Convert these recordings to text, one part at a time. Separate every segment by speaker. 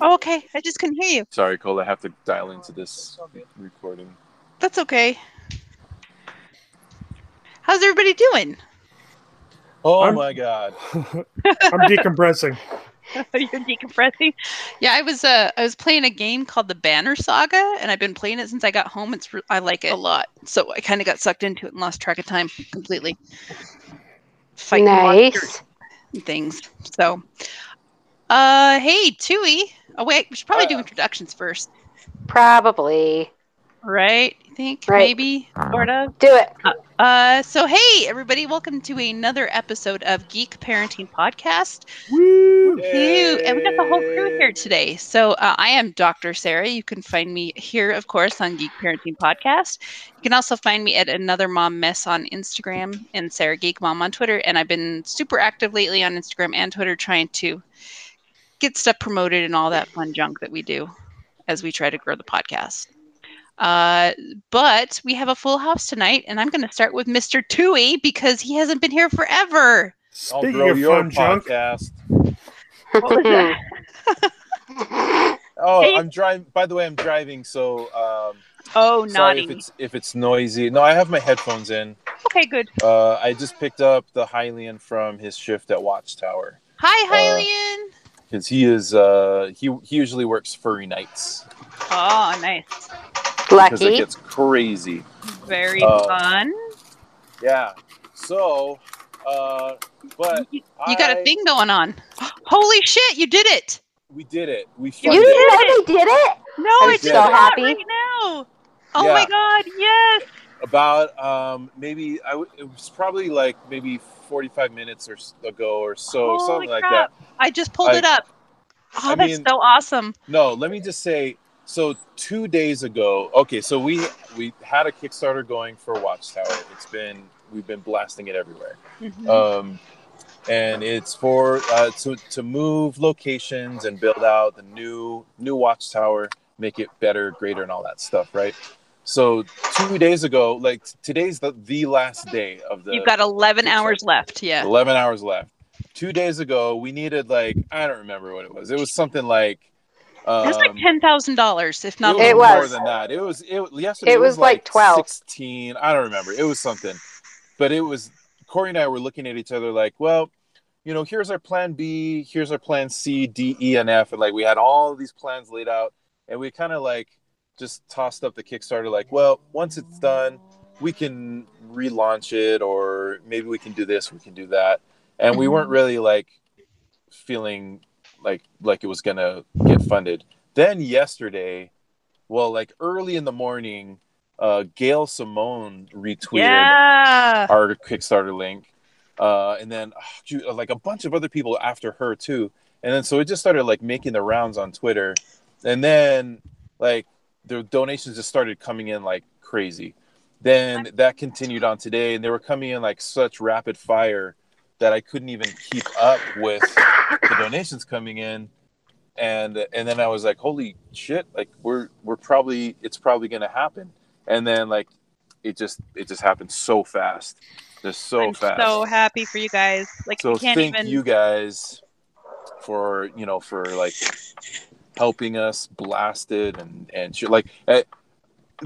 Speaker 1: Oh, okay. I just couldn't hear you.
Speaker 2: Sorry, Cole, I have to dial into this recording.
Speaker 1: That's okay. How's everybody doing?
Speaker 2: Oh
Speaker 3: I'm-
Speaker 2: my god.
Speaker 3: I'm decompressing.
Speaker 1: You're decompressing. Yeah, I was uh I was playing a game called The Banner Saga, and I've been playing it since I got home. It's re- I like it a lot, so I kind of got sucked into it and lost track of time completely. Fighting monsters
Speaker 4: nice.
Speaker 1: and things. So, uh, hey, Tui. Oh wait, we should probably do introductions first,
Speaker 4: Probably.
Speaker 1: right? You think
Speaker 4: Right.
Speaker 1: maybe sort of.
Speaker 4: Do it.
Speaker 1: Uh, so hey everybody, welcome to another episode of Geek Parenting Podcast. Woo! And we got the whole crew here today. So uh, I am Dr. Sarah. You can find me here, of course, on Geek Parenting Podcast. You can also find me at Another Mom Mess on Instagram and Sarah Geek Mom on Twitter. And I've been super active lately on Instagram and Twitter, trying to get stuff promoted and all that fun junk that we do as we try to grow the podcast. Uh, but we have a full house tonight, and I'm going to start with Mr. Tui because he hasn't been here forever.
Speaker 2: I'll
Speaker 3: Speaking
Speaker 2: grow
Speaker 3: of
Speaker 2: your
Speaker 3: fun junk,
Speaker 2: podcast.
Speaker 1: What was that?
Speaker 2: Oh,
Speaker 1: Hey.
Speaker 2: I'm driving. By the way, I'm driving, so um,
Speaker 1: Oh,
Speaker 2: sorry if
Speaker 1: nodding.
Speaker 2: it's if it's noisy. No, I have my headphones in.
Speaker 1: Okay, good.
Speaker 2: Uh, I just picked up the Hylian from his shift at Watchtower
Speaker 1: Hi,
Speaker 2: Uh,
Speaker 1: Hylian.
Speaker 2: because he is uh, he he usually works furry nights
Speaker 1: oh, nice.
Speaker 2: because it
Speaker 4: Lucky.
Speaker 2: gets crazy.
Speaker 1: Very
Speaker 2: uh,
Speaker 1: fun.
Speaker 2: Yeah. So, uh, but
Speaker 1: You, you got
Speaker 2: I-
Speaker 1: a thing going on. Holy shit, you did it.
Speaker 2: We did it. We
Speaker 4: You
Speaker 2: funded.
Speaker 4: didn't know they did it?
Speaker 1: No,
Speaker 2: I'm
Speaker 1: it's
Speaker 2: so
Speaker 1: just hot
Speaker 4: happy.
Speaker 1: right now. Oh my
Speaker 2: Yeah.
Speaker 1: god, yes.
Speaker 2: about um maybe I w- it was probably like maybe 45 minutes or s- ago or so
Speaker 1: Holy
Speaker 2: something like that.
Speaker 1: crap. I just pulled
Speaker 2: I-
Speaker 1: it up. Oh,
Speaker 2: I
Speaker 1: that's
Speaker 2: mean- uh,
Speaker 1: so awesome.
Speaker 2: No, let me just say so 2 days ago. Okay, so we we had a Kickstarter going for Watchtower. It's been we've been blasting it everywhere.
Speaker 1: Mhm.
Speaker 2: Um and it's for uh, to to move locations and build out the new new watchtower, make it better, greater, and all that stuff, right? So two days ago, like today's the the last day of the
Speaker 1: You've got 11 hours left. Yeah.
Speaker 2: 11 hours left. Two days ago, we needed like, I don't remember what it was. It was something like, um,
Speaker 1: It was like $10,000, if not
Speaker 4: It
Speaker 1: more.
Speaker 2: more
Speaker 4: was.
Speaker 2: than that. It was, it, yesterday
Speaker 4: It was like 12.
Speaker 2: 16. I don't remember. It was something, but it was, Corey and I were looking at each other like, well, you know, here's our plan B, here's our plan C, D, E, and F. And like, we had all these plans laid out and we kind of like just tossed up the Kickstarter, like, well, once it's done, we can relaunch it, or maybe we can do this, we can do that, and we weren't really like feeling like like it was gonna get funded. Then yesterday, well, like early in the morning, uh, Gail Simone retweeted
Speaker 1: Yeah.
Speaker 2: our Kickstarter link, uh, and then ah, ju- like a bunch of other people after her too, and then so it just started like making the rounds on Twitter, and then like the donations just started coming in like crazy. Then that continued on today, and they were coming in like such rapid fire that I couldn't even keep up with the donations coming in, and and then I was like, holy shit! Like we're we're probably it's probably gonna happen, and then like it just it just happened so fast, just so
Speaker 1: I'm
Speaker 2: fast
Speaker 1: so happy for you guys. Like,
Speaker 2: so
Speaker 1: you can't
Speaker 2: thank
Speaker 1: even.
Speaker 2: you guys for you know for like helping us blast it and and shit. like eh,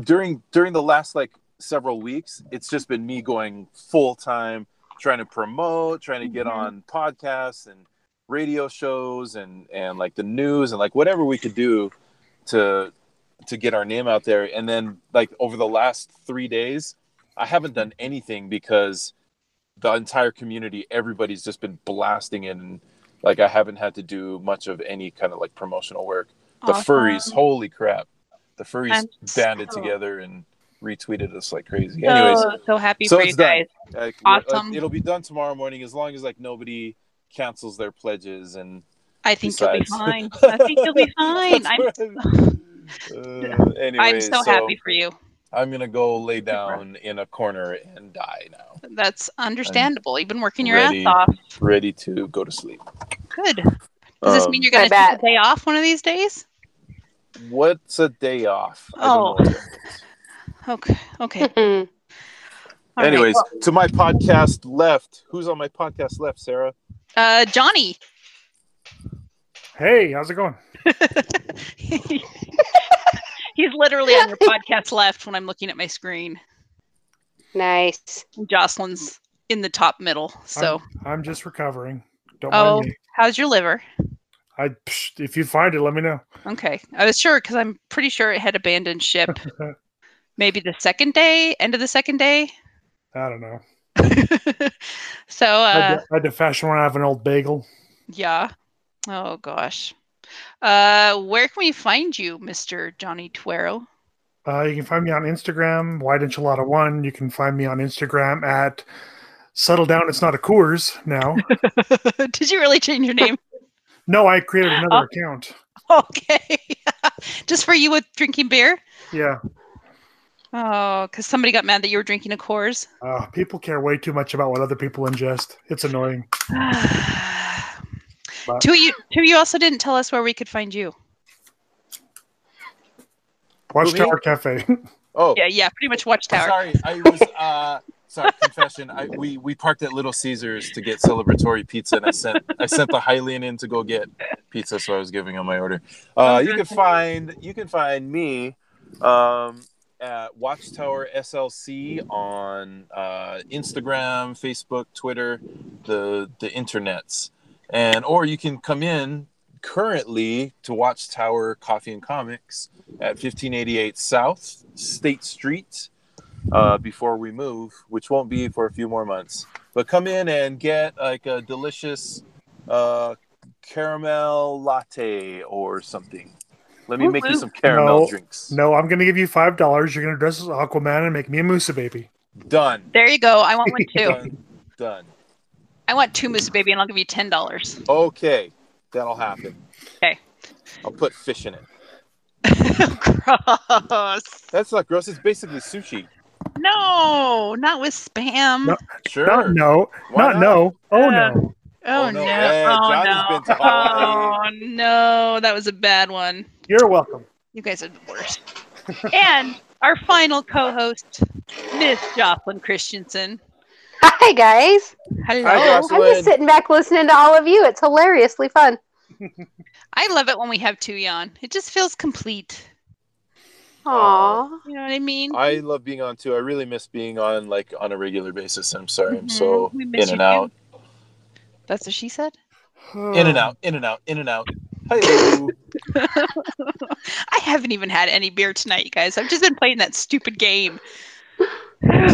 Speaker 2: during during the last like several weeks it's just been me going full time trying to promote trying to get
Speaker 1: Mhm.
Speaker 2: on podcasts and radio shows and and like the news and like whatever we could do to to get our name out there and then like over the last 3 days I haven't done anything because the entire community, everybody's just been blasting it, and like I haven't had to do much of any kind of like promotional work. The
Speaker 1: Awesome.
Speaker 2: furries, holy crap! The furries
Speaker 1: I'm
Speaker 2: banded
Speaker 1: so-
Speaker 2: together and retweeted us like crazy.
Speaker 1: So,
Speaker 2: Anyways,
Speaker 1: so happy
Speaker 2: so
Speaker 1: for
Speaker 2: it's
Speaker 1: you
Speaker 2: done.
Speaker 1: guys.
Speaker 2: like, we're- like,
Speaker 1: awesome.
Speaker 2: it'll be done tomorrow morning as long as like nobody cancels their pledges and
Speaker 1: I think
Speaker 2: Besides.
Speaker 1: you'll be fine. I think you'll be fine. I'm,
Speaker 2: That's what I- Uh, anyway,
Speaker 1: I'm so, happy for you.
Speaker 2: I'm gonna go lay down in a corner and die now.
Speaker 1: That's understandable. You've been working your
Speaker 2: ready.
Speaker 1: ass off.
Speaker 2: Ready to go to sleep.
Speaker 1: Good. Does this mean
Speaker 2: Um,
Speaker 1: you're going to
Speaker 4: I
Speaker 1: take a day off one of these days?
Speaker 2: What's a day off? I
Speaker 1: Oh.
Speaker 2: don't know what that is.
Speaker 1: Okay. Okay. All
Speaker 4: Mhm.
Speaker 1: right.
Speaker 2: Anyways, to my podcast left. Who's on my podcast left, Sarah?
Speaker 1: uh, Johnny.
Speaker 3: Hey, how's it going?
Speaker 1: He's literally on your podcast left when I'm looking at my screen.
Speaker 4: Nice.
Speaker 1: Jocelyn's in the top middle. So,
Speaker 3: I'm just recovering. Don't
Speaker 1: oh,
Speaker 3: mind me.
Speaker 1: how's your liver?
Speaker 3: I psh, if you find it, let me know.
Speaker 1: Okay. I was sure because I'm pretty sure it had abandoned ship. Maybe the second day, end of the second day.
Speaker 3: I don't know.
Speaker 1: so,
Speaker 3: I, had
Speaker 1: uh,
Speaker 3: to, I had to fashion one out of an old bagel.
Speaker 1: yeah. Oh, gosh. Uh, where can we find you, Mr. Johnny Tuero?
Speaker 3: Uh, you can find me on Instagram, White Enchilada One. You can find me on Instagram at Settle Down. It's not a Coors now.
Speaker 1: Did you really change your name?
Speaker 3: no, I created another account.
Speaker 1: okay. Just for you with drinking beer?
Speaker 3: Yeah,
Speaker 1: Oh, because somebody got mad that you were drinking a Coors.
Speaker 3: uh, people care way too much about what other people ingest. It's annoying. But-
Speaker 1: Two of you, two of you also didn't tell us where we could find you.
Speaker 3: Watchtower Cafe.
Speaker 2: Oh,
Speaker 1: Yeah, yeah, pretty much Watchtower.
Speaker 2: sorry. I was uh, sorry. Confession. I, we we parked at Little Caesars to get celebratory pizza, and I sent I sent the Hylian in to go get pizza, so I was giving him my order.
Speaker 1: Oh,
Speaker 2: Uh, you can find you can find me um, at Watchtower SLC on uh, Instagram, Facebook, Twitter, the the internets, and or you can come in currently to Watchtower Coffee and Comics at 1588 South State Street uh, before we move, which won't be for a few more months. But come in and get like a delicious uh, caramel latte or something. Let me make you some caramel
Speaker 3: No.
Speaker 2: drinks.
Speaker 3: no, I'm going to give you five dollars. You're going to dress as Aquaman and make me a Musa baby.
Speaker 2: Done.
Speaker 1: There you go. I want one too.
Speaker 2: Done. Done.
Speaker 1: I want two Moose Baby, and I'll give you ten dollars.
Speaker 2: Okay. That'll happen.
Speaker 1: Okay.
Speaker 2: I'll put fish in it.
Speaker 1: Oh, Gross.
Speaker 2: That's not gross. It's basically sushi.
Speaker 1: No, not with spam.
Speaker 3: No.
Speaker 2: Sure.
Speaker 3: Not no,
Speaker 2: Why
Speaker 3: not, no. Oh
Speaker 1: Uh,
Speaker 3: no.
Speaker 1: Oh,
Speaker 2: Oh,
Speaker 1: no.
Speaker 2: no. Yeah,
Speaker 1: oh
Speaker 2: Johnny's
Speaker 1: no.
Speaker 2: been to Hawaii.
Speaker 1: oh no. That was a bad one.
Speaker 3: You're welcome.
Speaker 1: You guys are the worst. and our final co-host, Miss Jocelyn Christensen.
Speaker 4: Hi guys.
Speaker 1: Hello.
Speaker 2: Hi, Jocelyn.
Speaker 4: I'm just sitting back listening to all of you. It's hilariously fun.
Speaker 1: I love it when we have two yon. It just feels complete.
Speaker 4: Aw.
Speaker 1: You know what I mean?
Speaker 2: I love being on too. I really miss being on like on a regular basis. I'm sorry. I'm
Speaker 1: Mhm.
Speaker 2: so
Speaker 1: We
Speaker 2: in
Speaker 1: miss you
Speaker 2: and
Speaker 1: too.
Speaker 2: out,
Speaker 1: That's what she said.
Speaker 2: in and out, in and out, in and out. Hello.
Speaker 1: I haven't even had any beer tonight, you guys. I've just been playing that stupid game.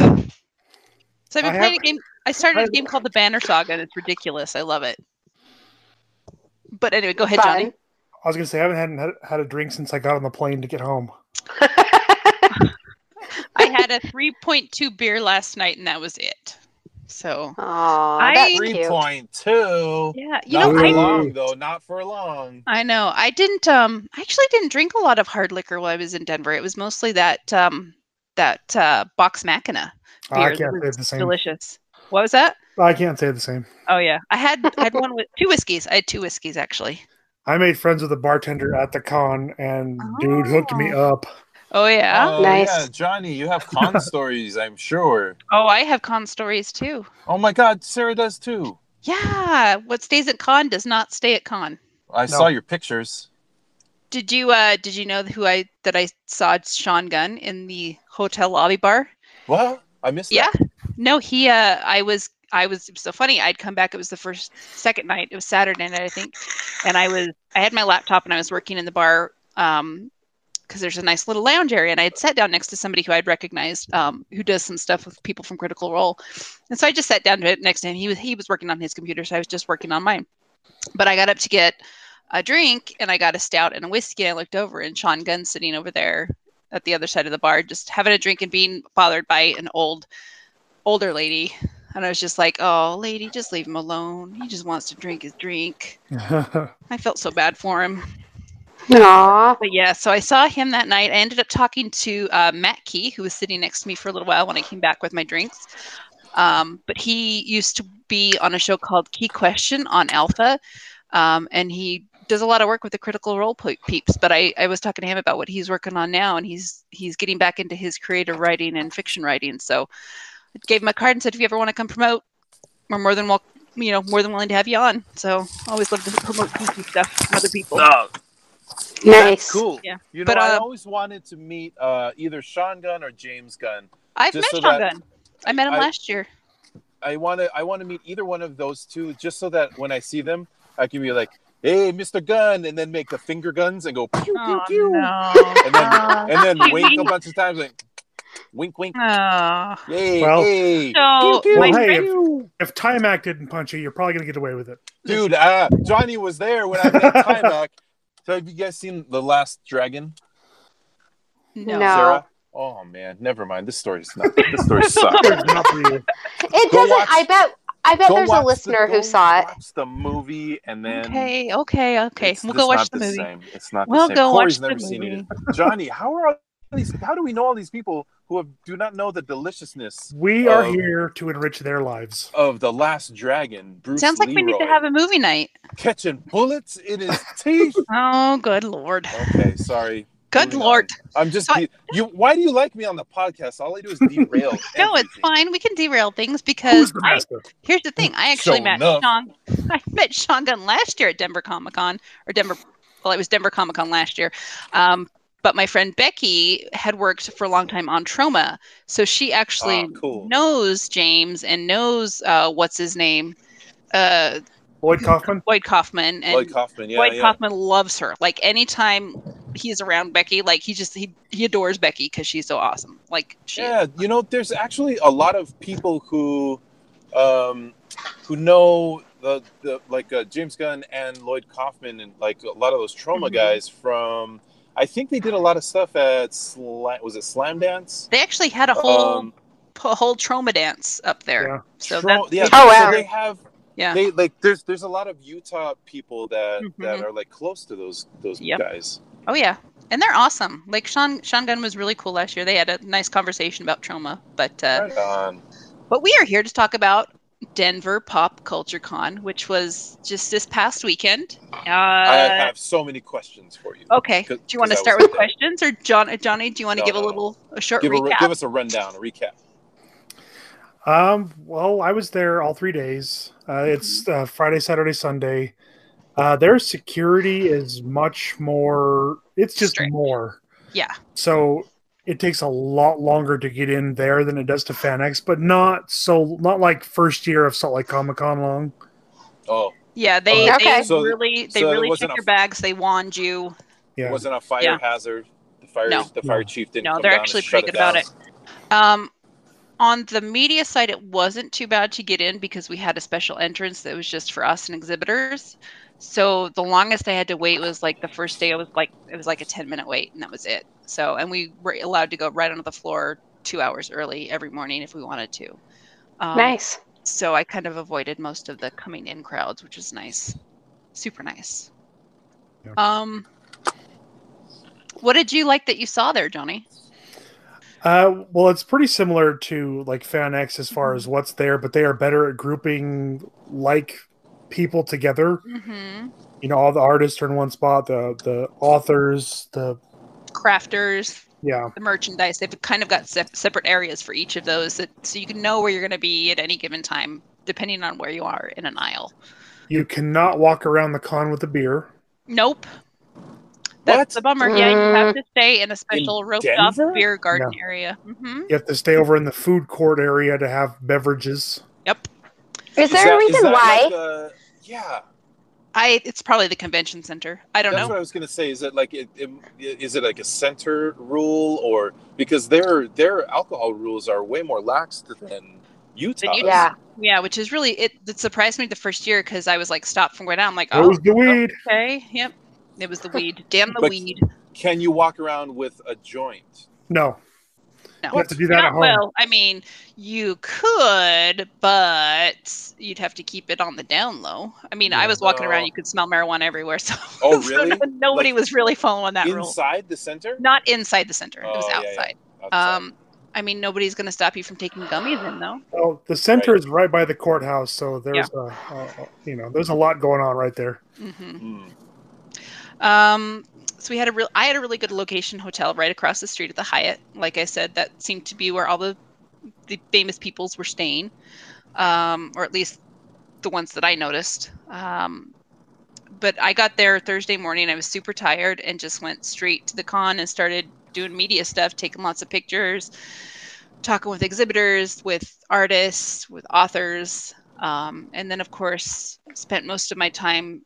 Speaker 1: so I've
Speaker 3: I
Speaker 1: been playing
Speaker 3: have-
Speaker 1: a game. I started a
Speaker 3: I-
Speaker 1: game called the Banner Saga, and it's ridiculous. I love it. But anyway, go ahead, Johnny.
Speaker 4: Fun.
Speaker 3: I was going to say I haven't had, had had a drink since I got on the plane to get home.
Speaker 1: I had a 3.2 beer last night, and that was it. So
Speaker 4: Aw,
Speaker 1: I-
Speaker 4: that's
Speaker 2: Three
Speaker 4: cute.
Speaker 2: point two.
Speaker 1: yeah, you
Speaker 2: Not
Speaker 1: know,
Speaker 2: for
Speaker 1: I
Speaker 3: Ooh.
Speaker 2: long though. Not for long.
Speaker 1: I know. I didn't um I actually didn't drink a lot of hard liquor while I was in Denver. It was mostly that um that uh box macina
Speaker 3: Oh, I
Speaker 1: beer. that
Speaker 3: can't say
Speaker 1: was
Speaker 3: the same.
Speaker 1: Delicious. What was that?
Speaker 3: I can't say the same.
Speaker 1: Oh yeah. I had I had one with two whiskeys. I had two whiskeys actually.
Speaker 3: I made friends with a bartender at the con, and dude hooked me up.
Speaker 1: Oh yeah.
Speaker 2: Oh,
Speaker 4: Nice.
Speaker 2: Yeah, Johnny, you have con stories. I'm sure.
Speaker 1: oh, I have con stories too.
Speaker 2: Oh my God, Sarah does too.
Speaker 1: Yeah. What stays at con does not stay at con.
Speaker 2: I saw your pictures.
Speaker 1: Did you uh did you know who I that I saw Sean Gunn in the hotel lobby bar?
Speaker 2: What? I missed
Speaker 1: Yeah.
Speaker 2: that.
Speaker 1: No, he uh I was I was it was so funny. I'd come back, it was the first second night, it was Saturday night, I think. And I was I had my laptop and I was working in the bar um because there's a nice little lounge area and I had sat down next to somebody who I'd recognized um who does some stuff with people from Critical Role. And so I just sat down to it next to him. He was he was working on his computer, so I was just working on mine. But I got up to get a drink and I got a stout and a whiskey. I looked over and Sean Gunn's sitting over there at the other side of the bar, just having a drink and being bothered by an old older lady And I was just like, oh, lady, just leave him alone. He just wants to drink his drink. I felt so bad for him.
Speaker 4: Aw.
Speaker 1: But yeah, so I saw him that night. I ended up talking to uh, Matt Key, who was sitting next to me for a little while when I came back with my drinks. Um, but he used to be on a show called Key Question on Alpha, um, and he does a lot of work with the Critical Role pe- peeps. But I, I was talking to him about what he's working on now, and he's he's getting back into his creative writing and fiction writing. So I gave him a card and said, if you ever want to come promote, we're more than welcome. You know, more than willing to have you on. So, always love to promote geeky stuff from other people.
Speaker 2: Oh,
Speaker 4: Nice.
Speaker 2: cool.
Speaker 1: Yeah.
Speaker 2: You know,
Speaker 1: But,
Speaker 2: I
Speaker 1: uh,
Speaker 2: always wanted to meet uh, either Sean Gunn or James Gunn.
Speaker 1: I've met
Speaker 2: Just so
Speaker 1: Sean
Speaker 2: that-
Speaker 1: Gunn. I met him
Speaker 2: I-
Speaker 1: last year.
Speaker 2: I want to I want to meet either one of those two just so that when I see them, I can be like, "Hey, Mr. Gun," and then make the finger guns and go pew pew
Speaker 1: Oh,
Speaker 2: pew,
Speaker 1: no.
Speaker 2: and then
Speaker 1: Oh.
Speaker 2: and then wink a
Speaker 1: Wink.
Speaker 2: bunch of times like wink wink.
Speaker 1: Oh.
Speaker 2: Yay,
Speaker 3: Well-
Speaker 2: hey.
Speaker 1: So, my
Speaker 3: Well, hey,
Speaker 1: friend,
Speaker 3: if, if Time Act didn't punch you, you're probably gonna get away with it.
Speaker 2: dude, uh, Johnny was there when I met Timac. So have you guys seen The Last Dragon?
Speaker 4: No.
Speaker 1: no.
Speaker 2: Sarah? Oh man, never mind. This story's not. This story sucks.
Speaker 3: It's not for you.
Speaker 4: It
Speaker 2: Go
Speaker 4: doesn't.
Speaker 2: watch-
Speaker 4: I bet. I bet
Speaker 2: Go
Speaker 4: there's
Speaker 2: watch
Speaker 4: a
Speaker 2: the-
Speaker 4: listener
Speaker 2: go
Speaker 4: who saw it.
Speaker 2: Watch the movie and then.
Speaker 1: Okay, okay, okay.
Speaker 2: It's
Speaker 1: we'll
Speaker 2: just
Speaker 1: go watch
Speaker 2: not
Speaker 1: the movie.
Speaker 2: Same. It's not
Speaker 1: We'll
Speaker 2: the same.
Speaker 1: go
Speaker 2: Corey's
Speaker 1: watch the
Speaker 2: never seen it.
Speaker 1: movie.
Speaker 2: Johnny, how are all these? How do we know all these people who have, do not know the deliciousness
Speaker 3: We are
Speaker 2: Oh.
Speaker 3: here to enrich their lives.
Speaker 2: of the Last Dragon? Bruce
Speaker 1: Sounds like we need to
Speaker 2: Leroy,
Speaker 1: have a movie night.
Speaker 2: catching bullets in his teeth.
Speaker 1: Oh, good lord.
Speaker 2: okay, sorry.
Speaker 1: Good
Speaker 2: Moving
Speaker 1: lord.
Speaker 2: on. I'm just
Speaker 1: So I-
Speaker 2: you. Why do you like me on the podcast? All I do is derail.
Speaker 1: No, it's
Speaker 2: everything.
Speaker 1: fine. We can derail things
Speaker 3: Who's
Speaker 1: because
Speaker 3: the
Speaker 1: I,
Speaker 3: master?
Speaker 1: here's the thing. I actually
Speaker 2: Sure
Speaker 1: met
Speaker 2: enough.
Speaker 1: Sean. I met Sean Gunn last year at Denver Comic Con or Denver. Well, it was Denver Comic Con last year. Um, but my friend Becky had worked for a long time on Trauma, so she actually
Speaker 2: Ah, cool.
Speaker 1: knows James and knows uh, what's his name, uh,
Speaker 3: Lloyd Kaufman.
Speaker 1: Lloyd Kaufman, and
Speaker 2: Lloyd Kaufman. Yeah,
Speaker 1: Lloyd
Speaker 2: yeah.
Speaker 1: Kaufman loves her. Like anytime he's around Becky, like he just he, he adores Becky because she's so awesome. Like she is.
Speaker 2: yeah, you know, there's actually a lot of people who, um, who know the, the like uh, James Gunn and Lloyd Kaufman and like a lot of those trauma
Speaker 1: Mhm.
Speaker 2: guys from. I think they did a lot of stuff at Sla- was it Slam Dance?
Speaker 1: They actually had a whole a whole trauma dance up there.
Speaker 3: Yeah.
Speaker 1: So
Speaker 2: Um, Tro-
Speaker 1: that's
Speaker 2: yeah,
Speaker 4: Oh, wow.
Speaker 2: so they have
Speaker 1: Yeah.
Speaker 2: they like there's there's a lot of Utah people that that
Speaker 1: Mhm.
Speaker 2: are like close to those those
Speaker 1: Yep.
Speaker 2: guys.
Speaker 1: oh yeah. And they're awesome. Like Sean Sean Gunn was really cool last year. They had a nice conversation about trauma. But uh
Speaker 2: Right on.
Speaker 1: but we are here to talk about Denver Pop Culture Con, which was just this past weekend. Uh, oh,
Speaker 2: I have so many questions for you.
Speaker 1: okay. Do
Speaker 2: 'cause-
Speaker 1: you want to
Speaker 2: 'cause I
Speaker 1: start
Speaker 2: was
Speaker 1: with
Speaker 2: there.
Speaker 1: questions, or John, Johnny? Do you want to
Speaker 2: No,
Speaker 1: give a
Speaker 2: no, no.
Speaker 1: little a short
Speaker 2: Give, a,
Speaker 1: recap?
Speaker 2: re- give us a rundown, a recap.
Speaker 3: Um, well, I was there all three days. Uh,
Speaker 1: Mm-hmm.
Speaker 3: it's uh, Friday, Saturday, Sunday. Uh, their security is much more. It's just
Speaker 1: Strict.
Speaker 3: more.
Speaker 1: Yeah.
Speaker 3: So it takes a lot longer to get in there than it does to FanX, but not so not like first year of Salt Lake Comic Con long.
Speaker 2: Oh,
Speaker 1: Yeah, they,
Speaker 4: Uh,
Speaker 1: they
Speaker 4: Okay.
Speaker 2: so-
Speaker 1: really they
Speaker 2: so it
Speaker 1: really
Speaker 2: wasn't
Speaker 1: check
Speaker 2: a-
Speaker 1: your bags. They wand you.
Speaker 3: Yeah.
Speaker 2: It wasn't a fire
Speaker 1: Yeah.
Speaker 2: hazard. The fire,
Speaker 1: No.
Speaker 2: the fire
Speaker 3: No.
Speaker 2: chief didn't.
Speaker 1: No,
Speaker 2: come
Speaker 1: they're
Speaker 2: down and
Speaker 1: actually
Speaker 2: shut
Speaker 1: pretty good about
Speaker 2: down.
Speaker 1: it. Um, on the media side, it wasn't too bad to get in because we had a special entrance that was just for us and exhibitors. So the longest I had to wait was like the first day. It was like it was like a ten minute wait, and that was it. So and we were allowed to go right onto the floor two hours early every morning if we wanted to. Um,
Speaker 4: Nice.
Speaker 1: So I kind of avoided most of the coming in crowds, which is nice, super nice.
Speaker 3: Yeah.
Speaker 1: Um, what did you like that you saw there, Johnny?
Speaker 3: Uh, well, it's pretty similar to like FanX as far
Speaker 1: Mm-hmm.
Speaker 3: as what's there, but they are better at grouping like people together.
Speaker 1: Mm-hmm.
Speaker 3: You know, all the artists are in one spot, the the authors, the
Speaker 1: Crafters,
Speaker 3: yeah,
Speaker 1: the merchandise. They've kind of got sep- separate areas for each of those, that, so you can know where you're going to be at any given time, depending on where you are in an aisle.
Speaker 3: you cannot walk around the con with a beer.
Speaker 1: Nope. That's
Speaker 2: What?
Speaker 1: the bummer. Yeah, you have to stay in a special roped off
Speaker 2: Denver?
Speaker 1: beer garden area. hmm
Speaker 3: You have to stay over in the food court area to have beverages.
Speaker 1: Yep.
Speaker 4: Is there a
Speaker 2: that-
Speaker 4: reason
Speaker 2: that
Speaker 4: why?
Speaker 2: like a- yeah,
Speaker 1: I. It's probably the convention center. I don't
Speaker 2: that's
Speaker 1: know.
Speaker 2: what I was gonna say. Is it like it, it, is it like a center rule or because their their alcohol rules are way more lax than
Speaker 1: Utah.
Speaker 2: Utah?
Speaker 4: yeah.
Speaker 1: Yeah, which is really it. It surprised me the first year because I was like stopped from going out. I'm like, oh,
Speaker 3: Those the weed.
Speaker 1: okay, yep. It was the weed. Damn the
Speaker 2: But-
Speaker 1: weed.
Speaker 2: Can you walk around with a joint?
Speaker 3: No.
Speaker 1: No.
Speaker 3: You have to do that at home.
Speaker 1: Well, I mean, you could, but you'd have to keep it on the down low. I mean, I was walking around;
Speaker 2: Oh.
Speaker 1: you could smell marijuana everywhere. So,
Speaker 2: Oh,
Speaker 1: so
Speaker 2: really?
Speaker 1: no- nobody
Speaker 2: Like,
Speaker 1: was really following that rule.
Speaker 2: Inside the center?
Speaker 1: Not inside the center; it was
Speaker 2: Oh, yeah, yeah.
Speaker 1: outside.
Speaker 2: Outside.
Speaker 1: Um, I mean, nobody's going to stop you from taking gummies in, though.
Speaker 3: Well, the center is right by the courthouse, so there's a, a, you know there's a lot going on right there.
Speaker 1: hmm
Speaker 2: Hmm.
Speaker 1: Um, so we had a real. I had a really good location hotel right across the street at the Hyatt. Like I said, that seemed to be where all the the famous peoples were staying, um, or at least the ones that I noticed. Um, but I got there Thursday morning. I was super tired and just went straight to the con and started doing media stuff, taking lots of pictures, talking with exhibitors, with artists, with authors, um, and then of course spent most of my time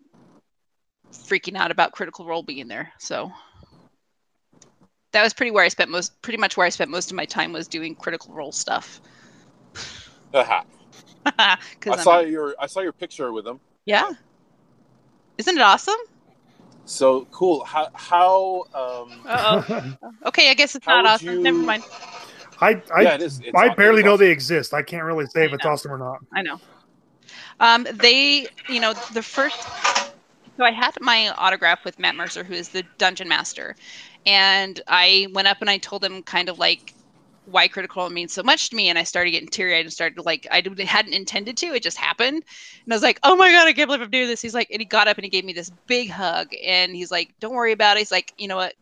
Speaker 1: freaking out about Critical Role being there. So that was pretty where I spent most, pretty much where I spent most of my time was doing Critical Role stuff.
Speaker 2: Haha. I
Speaker 1: Because
Speaker 2: saw your I saw your picture with him.
Speaker 1: yeah, isn't it awesome?
Speaker 2: So cool. How how um
Speaker 1: Uh oh. Okay, I guess it's
Speaker 2: How
Speaker 1: not
Speaker 2: would
Speaker 1: awesome. Never
Speaker 2: you-
Speaker 1: mind.
Speaker 3: I I,
Speaker 2: yeah, it is. It's
Speaker 3: I barely
Speaker 2: it's
Speaker 3: know
Speaker 2: awesome.
Speaker 3: they exist. I can't really say if it's awesome or not.
Speaker 1: I know. Um, they, you know, the first. So I had my autograph with Matt Mercer, who is the dungeon master, and I went up and I told him kind of like why Critical Role means so much to me, and I started getting teary eyed and started like I d- hadn't intended to, it just happened, and I was like, oh my god, I can't believe I'm doing this. He's like, and he got up and he gave me this big hug, and he's like, don't worry about it. He's like, you know what?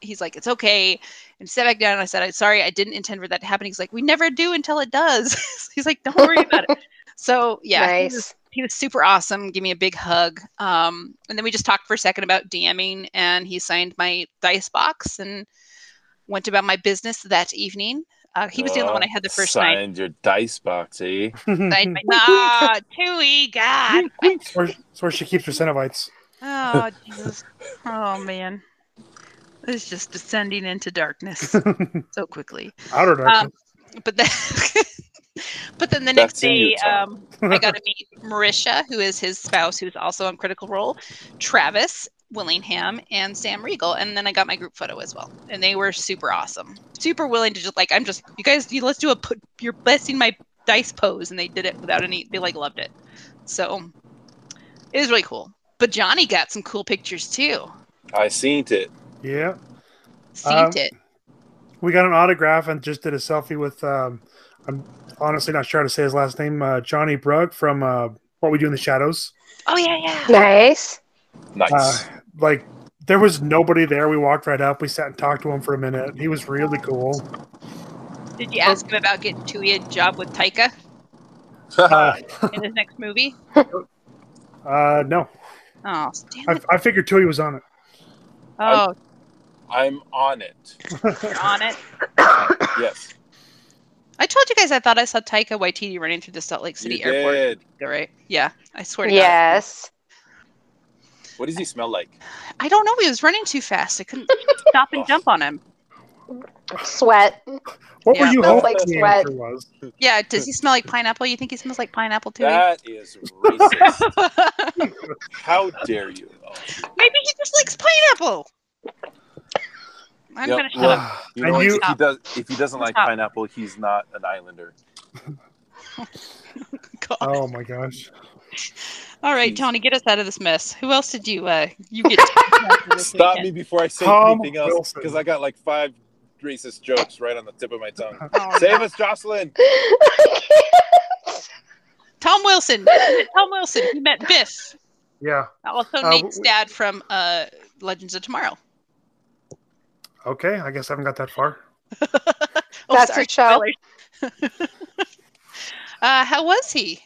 Speaker 1: He's like, it's okay. And sat back down. And I said, I'm sorry, I didn't intend for that to happen. He's like, we never do until it does. He's like, don't worry about it. So yeah, he was-
Speaker 4: nice.
Speaker 1: he was super awesome. Give me a big hug. Um, and then we just talked for a second about DMing, and he signed my dice box and went about my business that evening. Uh, he was the only one I had the first
Speaker 2: signed
Speaker 1: night.
Speaker 2: your dice box, eh?
Speaker 1: Signed my, ah, Tui, God.
Speaker 3: It's where, it's where she keeps her Cenobites.
Speaker 1: Oh, Jesus. Oh, man. It's just descending into darkness so quickly.
Speaker 3: Outer
Speaker 1: Um,
Speaker 3: darkness.
Speaker 1: but then, but then the next
Speaker 2: That's in
Speaker 1: day,
Speaker 2: Utah.
Speaker 1: um, I got to meet Marisha, who is his spouse, who's also on Critical Role, Travis Willingham, and Sam Regal. And then I got my group photo as well. And they were super awesome, super willing to just like, I'm just, you guys, you, let's do a put, you're blessing my dice pose. And they did it without any, they like loved it. So it was really cool. But Johnny got some cool pictures too.
Speaker 2: I seen it.
Speaker 3: yeah,
Speaker 1: Seen
Speaker 3: Um,
Speaker 1: it.
Speaker 3: we got an autograph and just did a selfie with. Um, I'm honestly not sure how to say his last name. Uh, Johnny Brugg from uh, What We Do in the Shadows.
Speaker 1: Oh, yeah, yeah.
Speaker 4: Nice.
Speaker 2: Nice.
Speaker 3: Uh, like there was nobody there. We walked right up. We sat and talked to him for a minute. He was really cool.
Speaker 1: Did you ask him about getting Tui a job with Taika
Speaker 3: Uh,
Speaker 1: in his next movie?
Speaker 3: uh, no,
Speaker 1: Oh, damn
Speaker 3: I,
Speaker 1: it.
Speaker 3: I figured Tui was on it.
Speaker 1: Oh,
Speaker 2: I'm on it.
Speaker 1: you're on it.
Speaker 2: Yes.
Speaker 1: I told you guys I thought I saw Taika Waititi running through the Salt Lake City
Speaker 2: you
Speaker 1: airport.
Speaker 2: did.
Speaker 1: Right? Yeah, I swear to
Speaker 4: Yes.
Speaker 2: What does he smell like?
Speaker 1: God. I don't know. He was running too fast. I couldn't stop and jump on him.
Speaker 4: Sweat.
Speaker 3: What were
Speaker 1: Yeah.
Speaker 3: you
Speaker 4: Smells
Speaker 3: hoping
Speaker 4: like
Speaker 3: the
Speaker 4: sweat.
Speaker 3: answer was?
Speaker 1: Yeah, does he smell like pineapple? You think he smells like pineapple too?
Speaker 2: That is racist. How dare you? Oh,
Speaker 1: Maybe he just likes pineapple. I'm
Speaker 2: Yep.
Speaker 1: gonna shut up.
Speaker 3: Ah,
Speaker 2: you
Speaker 3: And
Speaker 2: know, what?
Speaker 3: you-
Speaker 2: if he does, if he doesn't like
Speaker 1: Stop.
Speaker 2: pineapple, he's not an islander.
Speaker 1: God.
Speaker 3: oh my gosh!
Speaker 1: All right,
Speaker 2: Jeez.
Speaker 1: Johnny, get us out of this mess. Who else did you uh you get?
Speaker 2: Stop me before I say
Speaker 3: Tom
Speaker 2: anything else
Speaker 3: Wilson.
Speaker 2: because I got like five racist jokes right on the tip of my tongue.
Speaker 1: Oh,
Speaker 2: Save us, Jocelyn.
Speaker 1: Tom Wilson. Tom Wilson. He met Biff,
Speaker 3: Yeah.
Speaker 1: also
Speaker 3: Uh,
Speaker 1: Nate's
Speaker 3: w-
Speaker 1: dad from uh Legends of Tomorrow.
Speaker 3: Okay. I guess I haven't got that far.
Speaker 1: Oh,
Speaker 4: That's
Speaker 1: sorry,
Speaker 4: a show.
Speaker 1: spoilers. uh, how was he?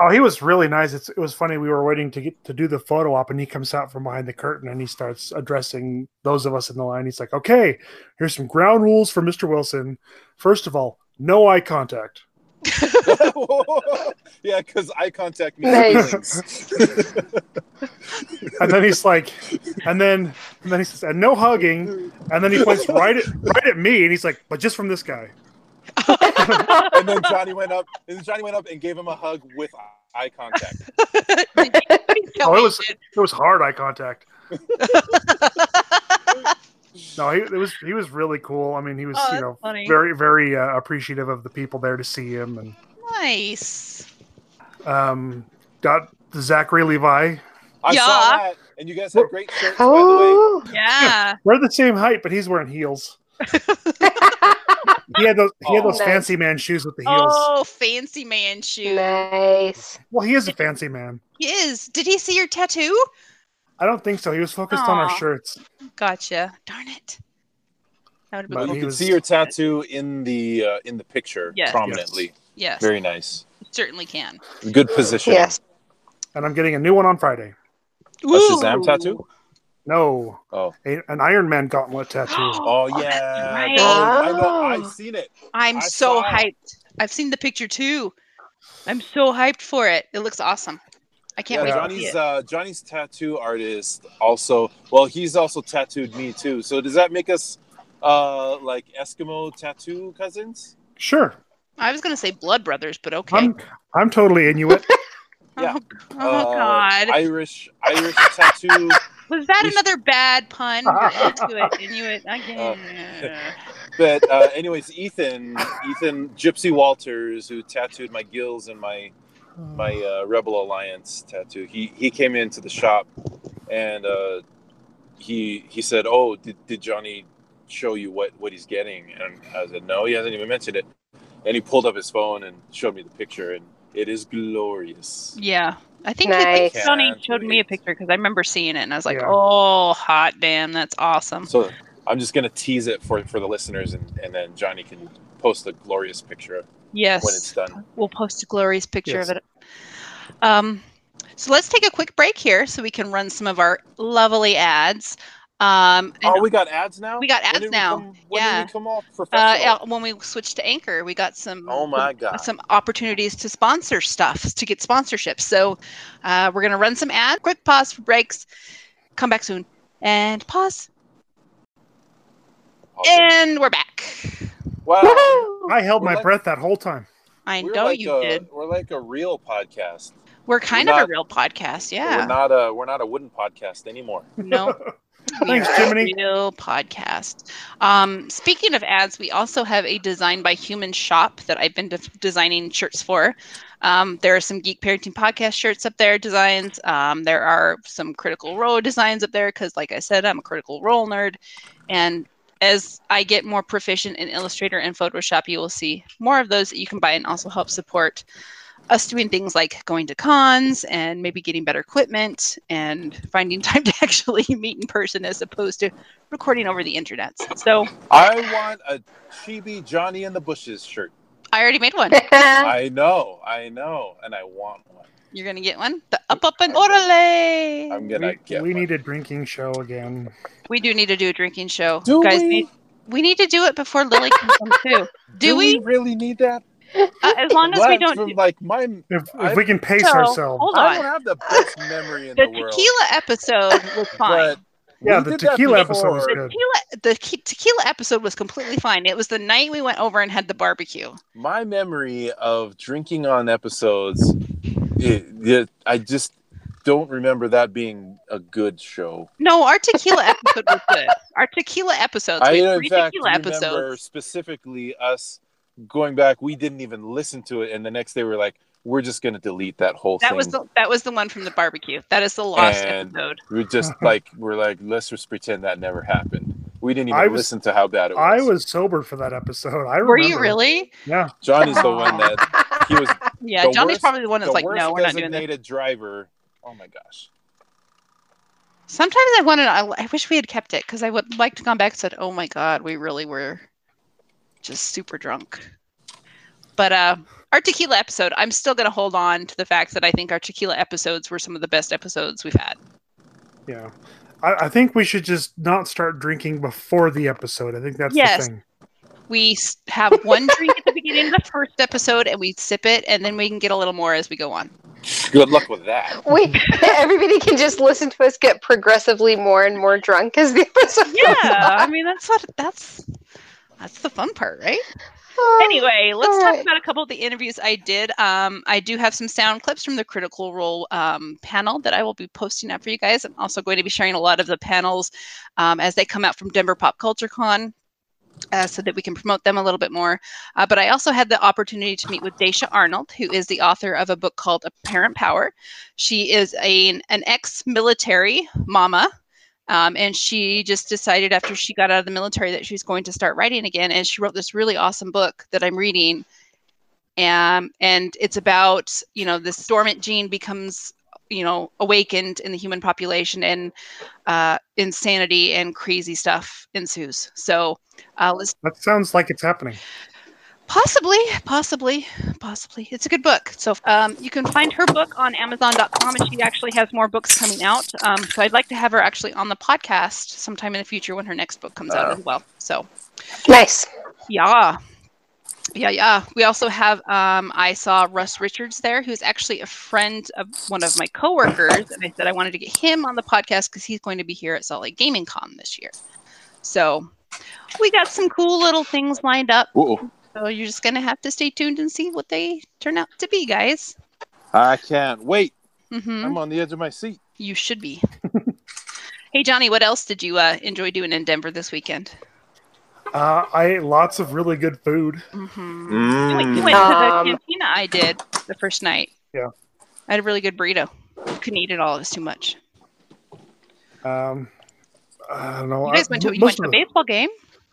Speaker 3: Oh, he was really nice. It's, it was funny. We were waiting to get to do the photo op, and he comes out from behind the curtain and he starts addressing those of us in the line. He's like, "Okay, here's some ground rules for Mr. Wilson. First of all, no eye contact.
Speaker 2: yeah, because eye contact means
Speaker 4: Nice.
Speaker 2: feelings.
Speaker 3: and then he's like, and then and then he says, and no hugging, and then he points right at right at me, and he's like, but just from this guy.
Speaker 2: and then Johnny went up. And then Johnny went up and gave him a hug with eye contact.
Speaker 3: Oh, it was it was hard eye contact. No, he it was he was really cool. I mean, he was
Speaker 1: Oh,
Speaker 3: you
Speaker 1: that's
Speaker 3: know
Speaker 1: funny.
Speaker 3: very very uh, appreciative of the people there to see him, and
Speaker 1: Nice.
Speaker 3: um, got Zachary Levi.
Speaker 2: I
Speaker 1: Yeah.
Speaker 2: saw that, and you guys had great shirts, by the way.
Speaker 4: Oh,
Speaker 1: Yeah.
Speaker 3: We're the same height, but he's wearing heels. He had those he had
Speaker 2: Oh.
Speaker 3: those fancy man shoes with the heels.
Speaker 1: Oh, fancy man shoe.
Speaker 4: nice.
Speaker 3: Well, he is a fancy man.
Speaker 1: He is. Did he see your tattoo?
Speaker 3: I don't think so. He was focused on our
Speaker 1: Aw.
Speaker 3: shirts.
Speaker 1: Gotcha. Darn it. That would have
Speaker 3: But
Speaker 1: been
Speaker 2: you
Speaker 1: cool.
Speaker 3: he
Speaker 2: can
Speaker 3: was-
Speaker 2: see your tattoo in the uh, in the picture
Speaker 1: Yes.
Speaker 2: prominently.
Speaker 1: Yes,
Speaker 2: Very nice.
Speaker 1: certainly can.
Speaker 2: Good position.
Speaker 4: Yes.
Speaker 3: And I'm getting a new one on Friday.
Speaker 2: A Shazam tattoo?
Speaker 3: No,
Speaker 2: Oh.
Speaker 3: a, an Iron Man gauntlet tattoo.
Speaker 1: Oh,
Speaker 2: Oh
Speaker 1: that's
Speaker 2: yeah.
Speaker 1: right.
Speaker 2: Oh, I know.
Speaker 4: Oh.
Speaker 2: I've seen it.
Speaker 1: I'm
Speaker 2: I
Speaker 1: so
Speaker 2: saw it.
Speaker 1: hyped. I've seen the picture too. I'm so hyped for it. It looks awesome. I can't
Speaker 2: yeah,
Speaker 1: wait to see
Speaker 2: Johnny's
Speaker 1: it.
Speaker 2: uh, Johnny's tattoo artist also. Well, he's also tattooed me too. So does that make us uh, like Eskimo tattoo cousins?
Speaker 3: Sure.
Speaker 1: I was gonna say Blood Brothers, but okay.
Speaker 3: I'm I'm totally Inuit.
Speaker 2: yeah.
Speaker 1: Oh, oh,
Speaker 2: Uh,
Speaker 1: God,
Speaker 2: Irish Irish tattoo.
Speaker 1: was that
Speaker 2: we-
Speaker 1: another bad pun? You're into it, Inuit. I can't-
Speaker 2: But uh, anyways, Ethan Ethan Gypsy Walters, who tattooed my gills and my my uh, Rebel Alliance tattoo. He he came into the shop and uh, he he said, "Oh, did, did Johnny show you what what he's getting?" And I said, "No, he hasn't even mentioned it." And he pulled up his phone and showed me the picture, and it is glorious.
Speaker 1: Yeah, I think I think
Speaker 4: Nice.
Speaker 1: Johnny
Speaker 2: Can't
Speaker 1: showed me a
Speaker 2: wait.
Speaker 1: picture because I remember seeing it and I was like,
Speaker 3: Yeah.
Speaker 1: "Oh, hot damn, that's awesome."
Speaker 2: So I'm just gonna tease it for for the listeners, and and then Johnny can post the glorious picture when it's
Speaker 1: Yes,
Speaker 2: done.
Speaker 1: we'll post a glorious picture
Speaker 3: Yes.
Speaker 1: of it. Um, so let's take a quick break here so we can run some of our lovely ads. Um, and,
Speaker 2: Oh, we got ads now.
Speaker 1: We got
Speaker 2: When
Speaker 1: ads
Speaker 2: did we
Speaker 1: now.
Speaker 2: come- when
Speaker 1: Yeah.
Speaker 2: did we come off
Speaker 1: uh,
Speaker 2: professional?
Speaker 1: yeah, when we switched to Anchor, we got some
Speaker 2: oh my god!
Speaker 1: some opportunities to sponsor stuff to get sponsorships. So uh, we're gonna run some ads. Quick pause for breaks. Come back soon and pause. And we're back.
Speaker 2: Oh, Wow.
Speaker 3: I held
Speaker 2: We're
Speaker 3: my
Speaker 2: like-
Speaker 3: breath that whole time.
Speaker 1: I
Speaker 2: We're
Speaker 1: know
Speaker 2: like
Speaker 1: you
Speaker 2: a,
Speaker 1: did.
Speaker 2: We're like a real podcast.
Speaker 1: We're kind of
Speaker 2: not-
Speaker 1: a real podcast,
Speaker 2: We're
Speaker 1: yeah.
Speaker 2: not a we're not a wooden podcast anymore.
Speaker 1: No,
Speaker 3: Thanks,
Speaker 1: we're a
Speaker 3: Jiminy.
Speaker 1: real podcast. Um, speaking of ads, we also have a design by human shop that I've been def designing shirts for. Um, there are some Geek Parenting Podcast shirts up there, designs. Um, there are some Critical Role designs up there because, like I said, I'm a Critical Role nerd. And as I get more proficient in Illustrator and Photoshop, you will see more of those that you can buy and also help support us doing things like going to cons and maybe getting better equipment and finding time to actually meet in person as opposed to recording over the internet. So
Speaker 2: I want a chibi Johnny in the bushes shirt.
Speaker 1: I already made one.
Speaker 2: I know, I know, and I want one.
Speaker 1: You're gonna get one. The up up and orale.
Speaker 2: I'm gonna
Speaker 3: We,
Speaker 2: get
Speaker 3: we
Speaker 2: one.
Speaker 3: need a drinking show again.
Speaker 1: we do need to do a drinking show,
Speaker 2: Do
Speaker 1: guys.
Speaker 2: we?
Speaker 1: We, we need to do it before Lily comes home too. Do, we?
Speaker 2: really need that?
Speaker 1: Uh, as long as we
Speaker 2: Lance
Speaker 1: don't.
Speaker 2: from,
Speaker 1: do-
Speaker 2: like my
Speaker 3: If, if
Speaker 2: I-
Speaker 3: we can pace
Speaker 1: So,
Speaker 3: ourselves.
Speaker 1: hold
Speaker 2: I don't
Speaker 1: on.
Speaker 2: have the best memory in
Speaker 1: The
Speaker 2: the, world.
Speaker 1: tequila episode was fine.
Speaker 2: But
Speaker 3: Yeah,
Speaker 2: we
Speaker 3: the
Speaker 2: did that
Speaker 3: tequila episode was
Speaker 2: before.
Speaker 3: good.
Speaker 1: Tequila, the ke- tequila episode was completely fine. It was the night we went over and had the barbecue.
Speaker 2: My memory of drinking on episodes, it, it, I just don't remember that being a good show.
Speaker 1: No, our tequila episode was good. Our tequila episodes.
Speaker 2: I
Speaker 1: We had
Speaker 2: in
Speaker 1: three
Speaker 2: fact
Speaker 1: tequila
Speaker 2: remember
Speaker 1: episodes.
Speaker 2: specifically us going back. We didn't even listen to it, and the next day we are like, "We're just going to delete that whole
Speaker 1: That
Speaker 2: thing."
Speaker 1: was the that was the one from the barbecue. That is the lost
Speaker 2: And-
Speaker 1: episode.
Speaker 2: we're just like, "We're like, let's just pretend that never happened." We didn't even
Speaker 3: I was-
Speaker 2: listen to how bad it
Speaker 3: I
Speaker 2: was.
Speaker 3: was sober for that episode. I remember.
Speaker 1: Were you really?
Speaker 3: Yeah.
Speaker 2: Johnny's the one that he was
Speaker 1: Yeah,
Speaker 2: The
Speaker 1: Johnny's
Speaker 2: worst-
Speaker 1: probably the one
Speaker 2: the
Speaker 1: that's like,
Speaker 2: worst
Speaker 1: no, we're not doing
Speaker 2: designated
Speaker 1: that.
Speaker 2: driver. Oh my gosh!
Speaker 1: Sometimes I want to. I, I wish we had kept it because I would like to come back and said, oh my god, we really were just super drunk. But uh, our tequila episode, I'm still gonna hold on to the fact that I think our tequila episodes were some of the best episodes we've had.
Speaker 3: Yeah. I, I think we should just not start drinking before the episode. I think that's
Speaker 1: Yes.
Speaker 3: the thing.
Speaker 1: we s- have one drink at the beginning of the first episode and we sip it and then we can get a little more as we go on
Speaker 2: Good luck with that.
Speaker 4: We everybody can just listen to us get progressively more and more drunk as the episode. goes on.
Speaker 1: i mean that's what that's that's the fun part right anyway, let's talk
Speaker 4: Alright.
Speaker 1: about a couple of the interviews I did. Um, I do have some sound clips from the Critical Role um, panel that I will be posting up for you guys. I'm also going to be sharing a lot of the panels um, as they come out from Denver Pop Culture Con. Uh, so that we can promote them a little bit more. Uh, but I also had the opportunity to meet with Daisha Arnold, who is the author of a book called Apparent Power. She is a, an ex military mama um, and she just decided after she got out of the military that she was going to start writing again. And she wrote this really awesome book that I'm reading. Um, and it's about, you know, this dormant gene becomes, you know, awakened in the human population and uh, insanity and crazy stuff ensues. So uh, let's
Speaker 3: That sounds like it's happening.
Speaker 1: possibly, possibly, possibly. It's a good book. So um, you can find her book on Amazon.com, and she actually has more books coming out. Um, so I'd like to have her actually on the podcast sometime in the future when her next book comes out
Speaker 5: Uh.
Speaker 1: as well. So
Speaker 4: Nice.
Speaker 1: yeah. Yeah, yeah. We also have um I saw Russ Richards there, who's actually a friend of one of my coworkers, and I said I wanted to get him on the podcast because he's going to be here at Salt Lake Gaming Con this year. So we got some cool little things lined up.
Speaker 2: Whoa.
Speaker 1: So you're just gonna have to stay tuned and see what they turn out to be, guys.
Speaker 2: I can't wait.
Speaker 1: hmm
Speaker 2: I'm on the edge of my seat.
Speaker 1: You should be. hey Johnny, what else did you uh, enjoy doing in Denver this weekend?
Speaker 3: Uh, I ate lots of really good food.
Speaker 1: hmm You went, you
Speaker 2: Mm.
Speaker 1: went
Speaker 4: Um,
Speaker 1: to the cantina I did the first night.
Speaker 3: Yeah.
Speaker 1: I had a really good burrito. Couldn't eat it all. It was too much.
Speaker 3: Um, I don't know.
Speaker 1: You guys
Speaker 3: I-
Speaker 1: went to you
Speaker 3: most
Speaker 1: went to a
Speaker 3: of the-
Speaker 1: baseball game.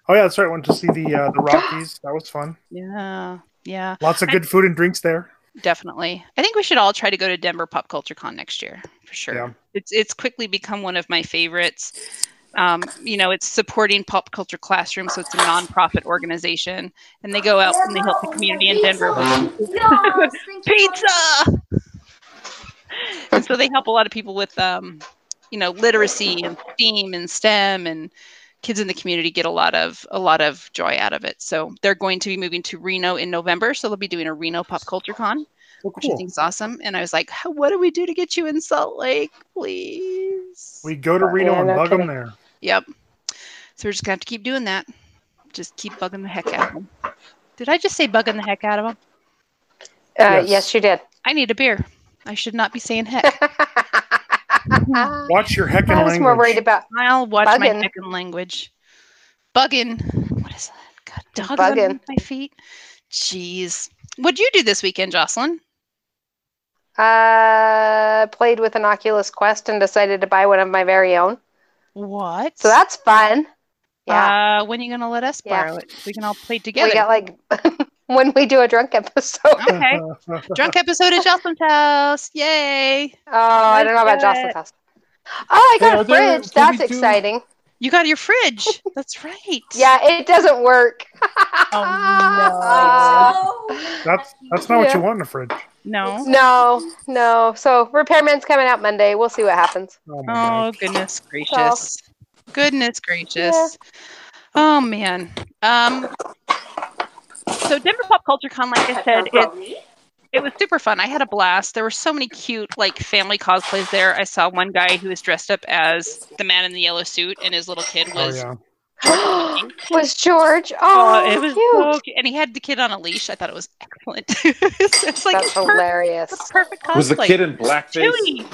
Speaker 3: Oh yeah, that's right. I went to see the uh, the Rockies. That was fun.
Speaker 1: Yeah. Yeah.
Speaker 3: Lots of good food and drinks there.
Speaker 1: Definitely. I think we should all try to go to Denver Pop Culture Con next year for sure.
Speaker 3: Yeah.
Speaker 1: It's it's quickly become one of my favorites. Um, you know, it's supporting Pop Culture Classroom, so it's a nonprofit organization, and they go out and they help the community in Denver with pizza. and so they help a lot of people with, um, you know, literacy and STEAM and STEM, and kids in the community get a lot of a lot of joy out of it. So they're going to be moving to Reno in November. So they'll be doing a Reno Pop Culture Con,
Speaker 3: Well,
Speaker 1: which I
Speaker 3: Oh, cool.
Speaker 1: think is awesome. And I was like, "How- what do we do to get you in Salt Lake, please?
Speaker 3: We go to Reno
Speaker 4: Yeah,
Speaker 3: and
Speaker 4: no
Speaker 3: bug them
Speaker 4: kidding.
Speaker 3: there.
Speaker 1: yep. So we're just gonna have to keep doing that. Just keep bugging the heck out of them. Did I just say bugging the heck out of them?
Speaker 4: Uh,
Speaker 3: Yes.
Speaker 4: yes. you did.
Speaker 1: I need a beer. I should not be saying heck.
Speaker 4: I
Speaker 3: Watch your heckin'
Speaker 4: was
Speaker 3: language.
Speaker 4: more worried about
Speaker 1: I'll watch my
Speaker 4: Buggin'.
Speaker 1: second language. Buggin. What is that? God, dogs
Speaker 4: Buggin'.
Speaker 1: underneath my feet. Jeez. What'd you do this weekend, Jocelyn?
Speaker 4: uh, played with an Oculus Quest and decided to buy one of my very own.
Speaker 1: What?
Speaker 4: So that's fun. Yeah,
Speaker 1: Uh, when are you gonna let us
Speaker 4: Yeah.
Speaker 1: borrow it? We can all play
Speaker 4: we
Speaker 1: together.
Speaker 4: got like when we do a drunk episode.
Speaker 1: okay. Drunk episode at Jocelyn's house. Yay!
Speaker 4: Oh, I don't know about
Speaker 1: Let's do
Speaker 4: Jocelyn's house. Oh, I
Speaker 2: Hey,
Speaker 4: got
Speaker 2: are
Speaker 4: a
Speaker 2: there-
Speaker 4: fridge.
Speaker 2: can we
Speaker 4: That's
Speaker 2: do-
Speaker 4: exciting.
Speaker 1: You got your fridge. That's right.
Speaker 4: Yeah, it doesn't work.
Speaker 1: Oh,
Speaker 4: Uh,
Speaker 3: That's that's not what
Speaker 4: Yeah.
Speaker 3: you want in a fridge.
Speaker 1: No.
Speaker 4: no, no. So repairman's coming out Monday. We'll see what happens.
Speaker 3: Oh my god.
Speaker 1: Oh goodness gracious. Goodness gracious. Oh man. Um so Denver Pop Culture Con, like I said, it, it was super fun. I had a blast. There were so many cute like family cosplays there. I saw one guy who was dressed up as the man in the yellow suit and his little kid
Speaker 3: Oh
Speaker 1: was
Speaker 3: yeah.
Speaker 4: was George? Oh,
Speaker 1: Oh, it was
Speaker 4: cute.
Speaker 1: so cute. and he had the kid on a leash. I thought it was excellent. it's like
Speaker 4: That's
Speaker 1: it's perfect,
Speaker 4: hilarious.
Speaker 1: it's perfect cosplay.
Speaker 2: Was the kid in blackface?
Speaker 1: Chewy.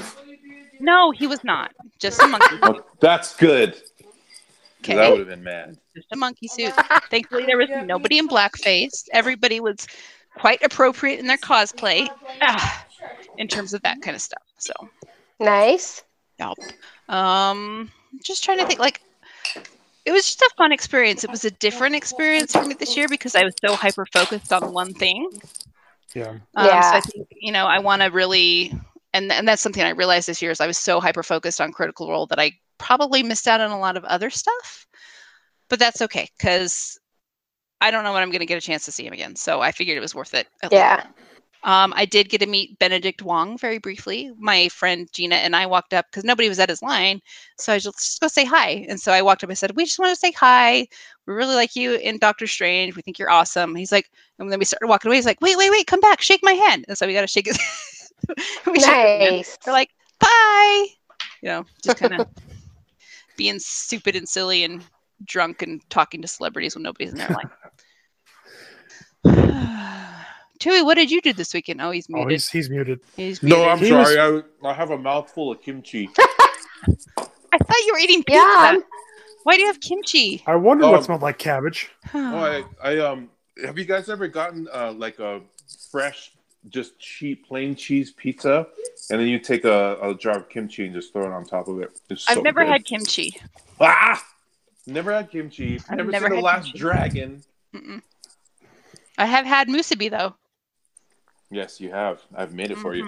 Speaker 1: No, he was not. Just a monkey.
Speaker 2: Oh, that's good. 'cause I
Speaker 1: Okay.
Speaker 2: would have been mad.
Speaker 1: just a monkey suit. Thankfully, there was nobody in blackface. Everybody was quite appropriate in their cosplay ah, in terms of that kind of stuff. So,
Speaker 4: Nice.
Speaker 1: um, just trying to think like, it was just a fun experience. It was a different experience for me this year because I was so hyper focused on one thing.
Speaker 3: Yeah. Oh,
Speaker 1: Um, So I
Speaker 4: Yeah.
Speaker 1: think you know I want to really, and and that's something I realized this year is I was so hyper focused on Critical Role that I probably missed out on a lot of other stuff, but that's okay because I don't know when I'm going to get a chance to see him again. So I figured it was worth it. at least.
Speaker 4: Yeah.
Speaker 1: Um, I did get to meet Benedict Wong very briefly. My friend Gina and I walked up because nobody was at his line. So I was just, just go say hi. And so I walked up. I said, We just want to say hi. We really like you in Doctor Strange. We think you're awesome. He's like, And then we started walking away. He's like, Wait, wait, wait, come back. Shake my hand. And so we got to shake his we shook his hand.
Speaker 4: Nice.
Speaker 1: We're like, Bye. You know, just kind of being stupid and silly and drunk and talking to celebrities when nobody's in their line. Chewy, what did you do this weekend? Oh, he's
Speaker 3: Oh,
Speaker 1: muted.
Speaker 3: he's, he's muted.
Speaker 1: He's
Speaker 2: No,
Speaker 1: muted.
Speaker 2: I'm
Speaker 3: He was-
Speaker 2: sorry. I, I have a mouthful of kimchi.
Speaker 1: I thought you were eating pizza.
Speaker 4: Yeah, I'm-
Speaker 1: Why do you have kimchi?
Speaker 3: I wonder
Speaker 2: Um,
Speaker 3: what smelled like cabbage.
Speaker 2: Oh, I, I um, have you guys ever gotten uh, like a fresh, just cheap, plain cheese pizza, and then you take a, a jar of kimchi and just throw it on top of it? It's so
Speaker 1: I've never
Speaker 2: good.
Speaker 1: had kimchi.
Speaker 2: Ah, never had kimchi.
Speaker 1: I've
Speaker 2: never,
Speaker 1: never
Speaker 2: seen the
Speaker 1: had
Speaker 2: last
Speaker 1: kimchi.
Speaker 2: dragon.
Speaker 1: Mm-mm. I have had musubi though.
Speaker 2: Yes, you have. I've made it for you.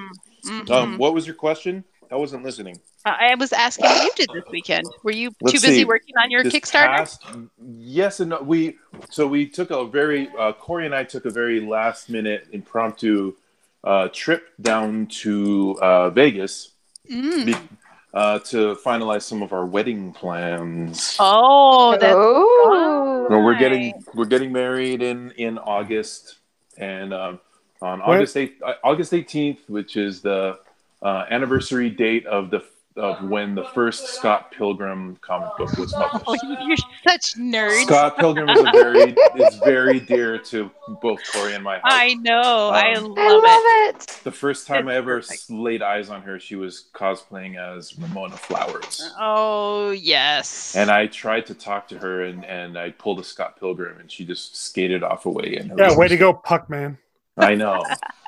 Speaker 1: Mhm. Mhm.
Speaker 2: Um, what was your question? I wasn't listening.
Speaker 1: I I was asking what you did this weekend. Were you
Speaker 2: Let's
Speaker 1: too busy
Speaker 2: see.
Speaker 1: working on your
Speaker 2: This
Speaker 1: Kickstarter?
Speaker 2: past- yes and no. We so we took a very uh, Corey and I took a very last minute impromptu uh, trip down to uh, Vegas
Speaker 1: Mm.
Speaker 2: be- uh, to finalize some of our wedding plans.
Speaker 1: Oh, that's
Speaker 4: oh.
Speaker 2: No, we're getting we're getting married in in August, and um, on
Speaker 3: What?
Speaker 2: August eight uh, August eighteenth, which is the uh, anniversary date of the of when the first Scott Pilgrim comic book was
Speaker 1: oh,
Speaker 2: published.
Speaker 1: you're such nerds.
Speaker 2: Scott Pilgrim is a very is very dear to both Corey and my heart.
Speaker 1: I know. I
Speaker 2: Um,
Speaker 1: love
Speaker 4: I
Speaker 1: it.
Speaker 4: love it.
Speaker 2: the first time I ever
Speaker 1: Perfect.
Speaker 2: s- laid eyes on her, she was cosplaying as Ramona Flowers.
Speaker 1: Oh yes.
Speaker 2: And I tried to talk to her, and, and I pulled a Scott Pilgrim, and she just skated off away. And it
Speaker 3: Yeah,
Speaker 2: was
Speaker 3: way to go, Puck Man.
Speaker 2: I know.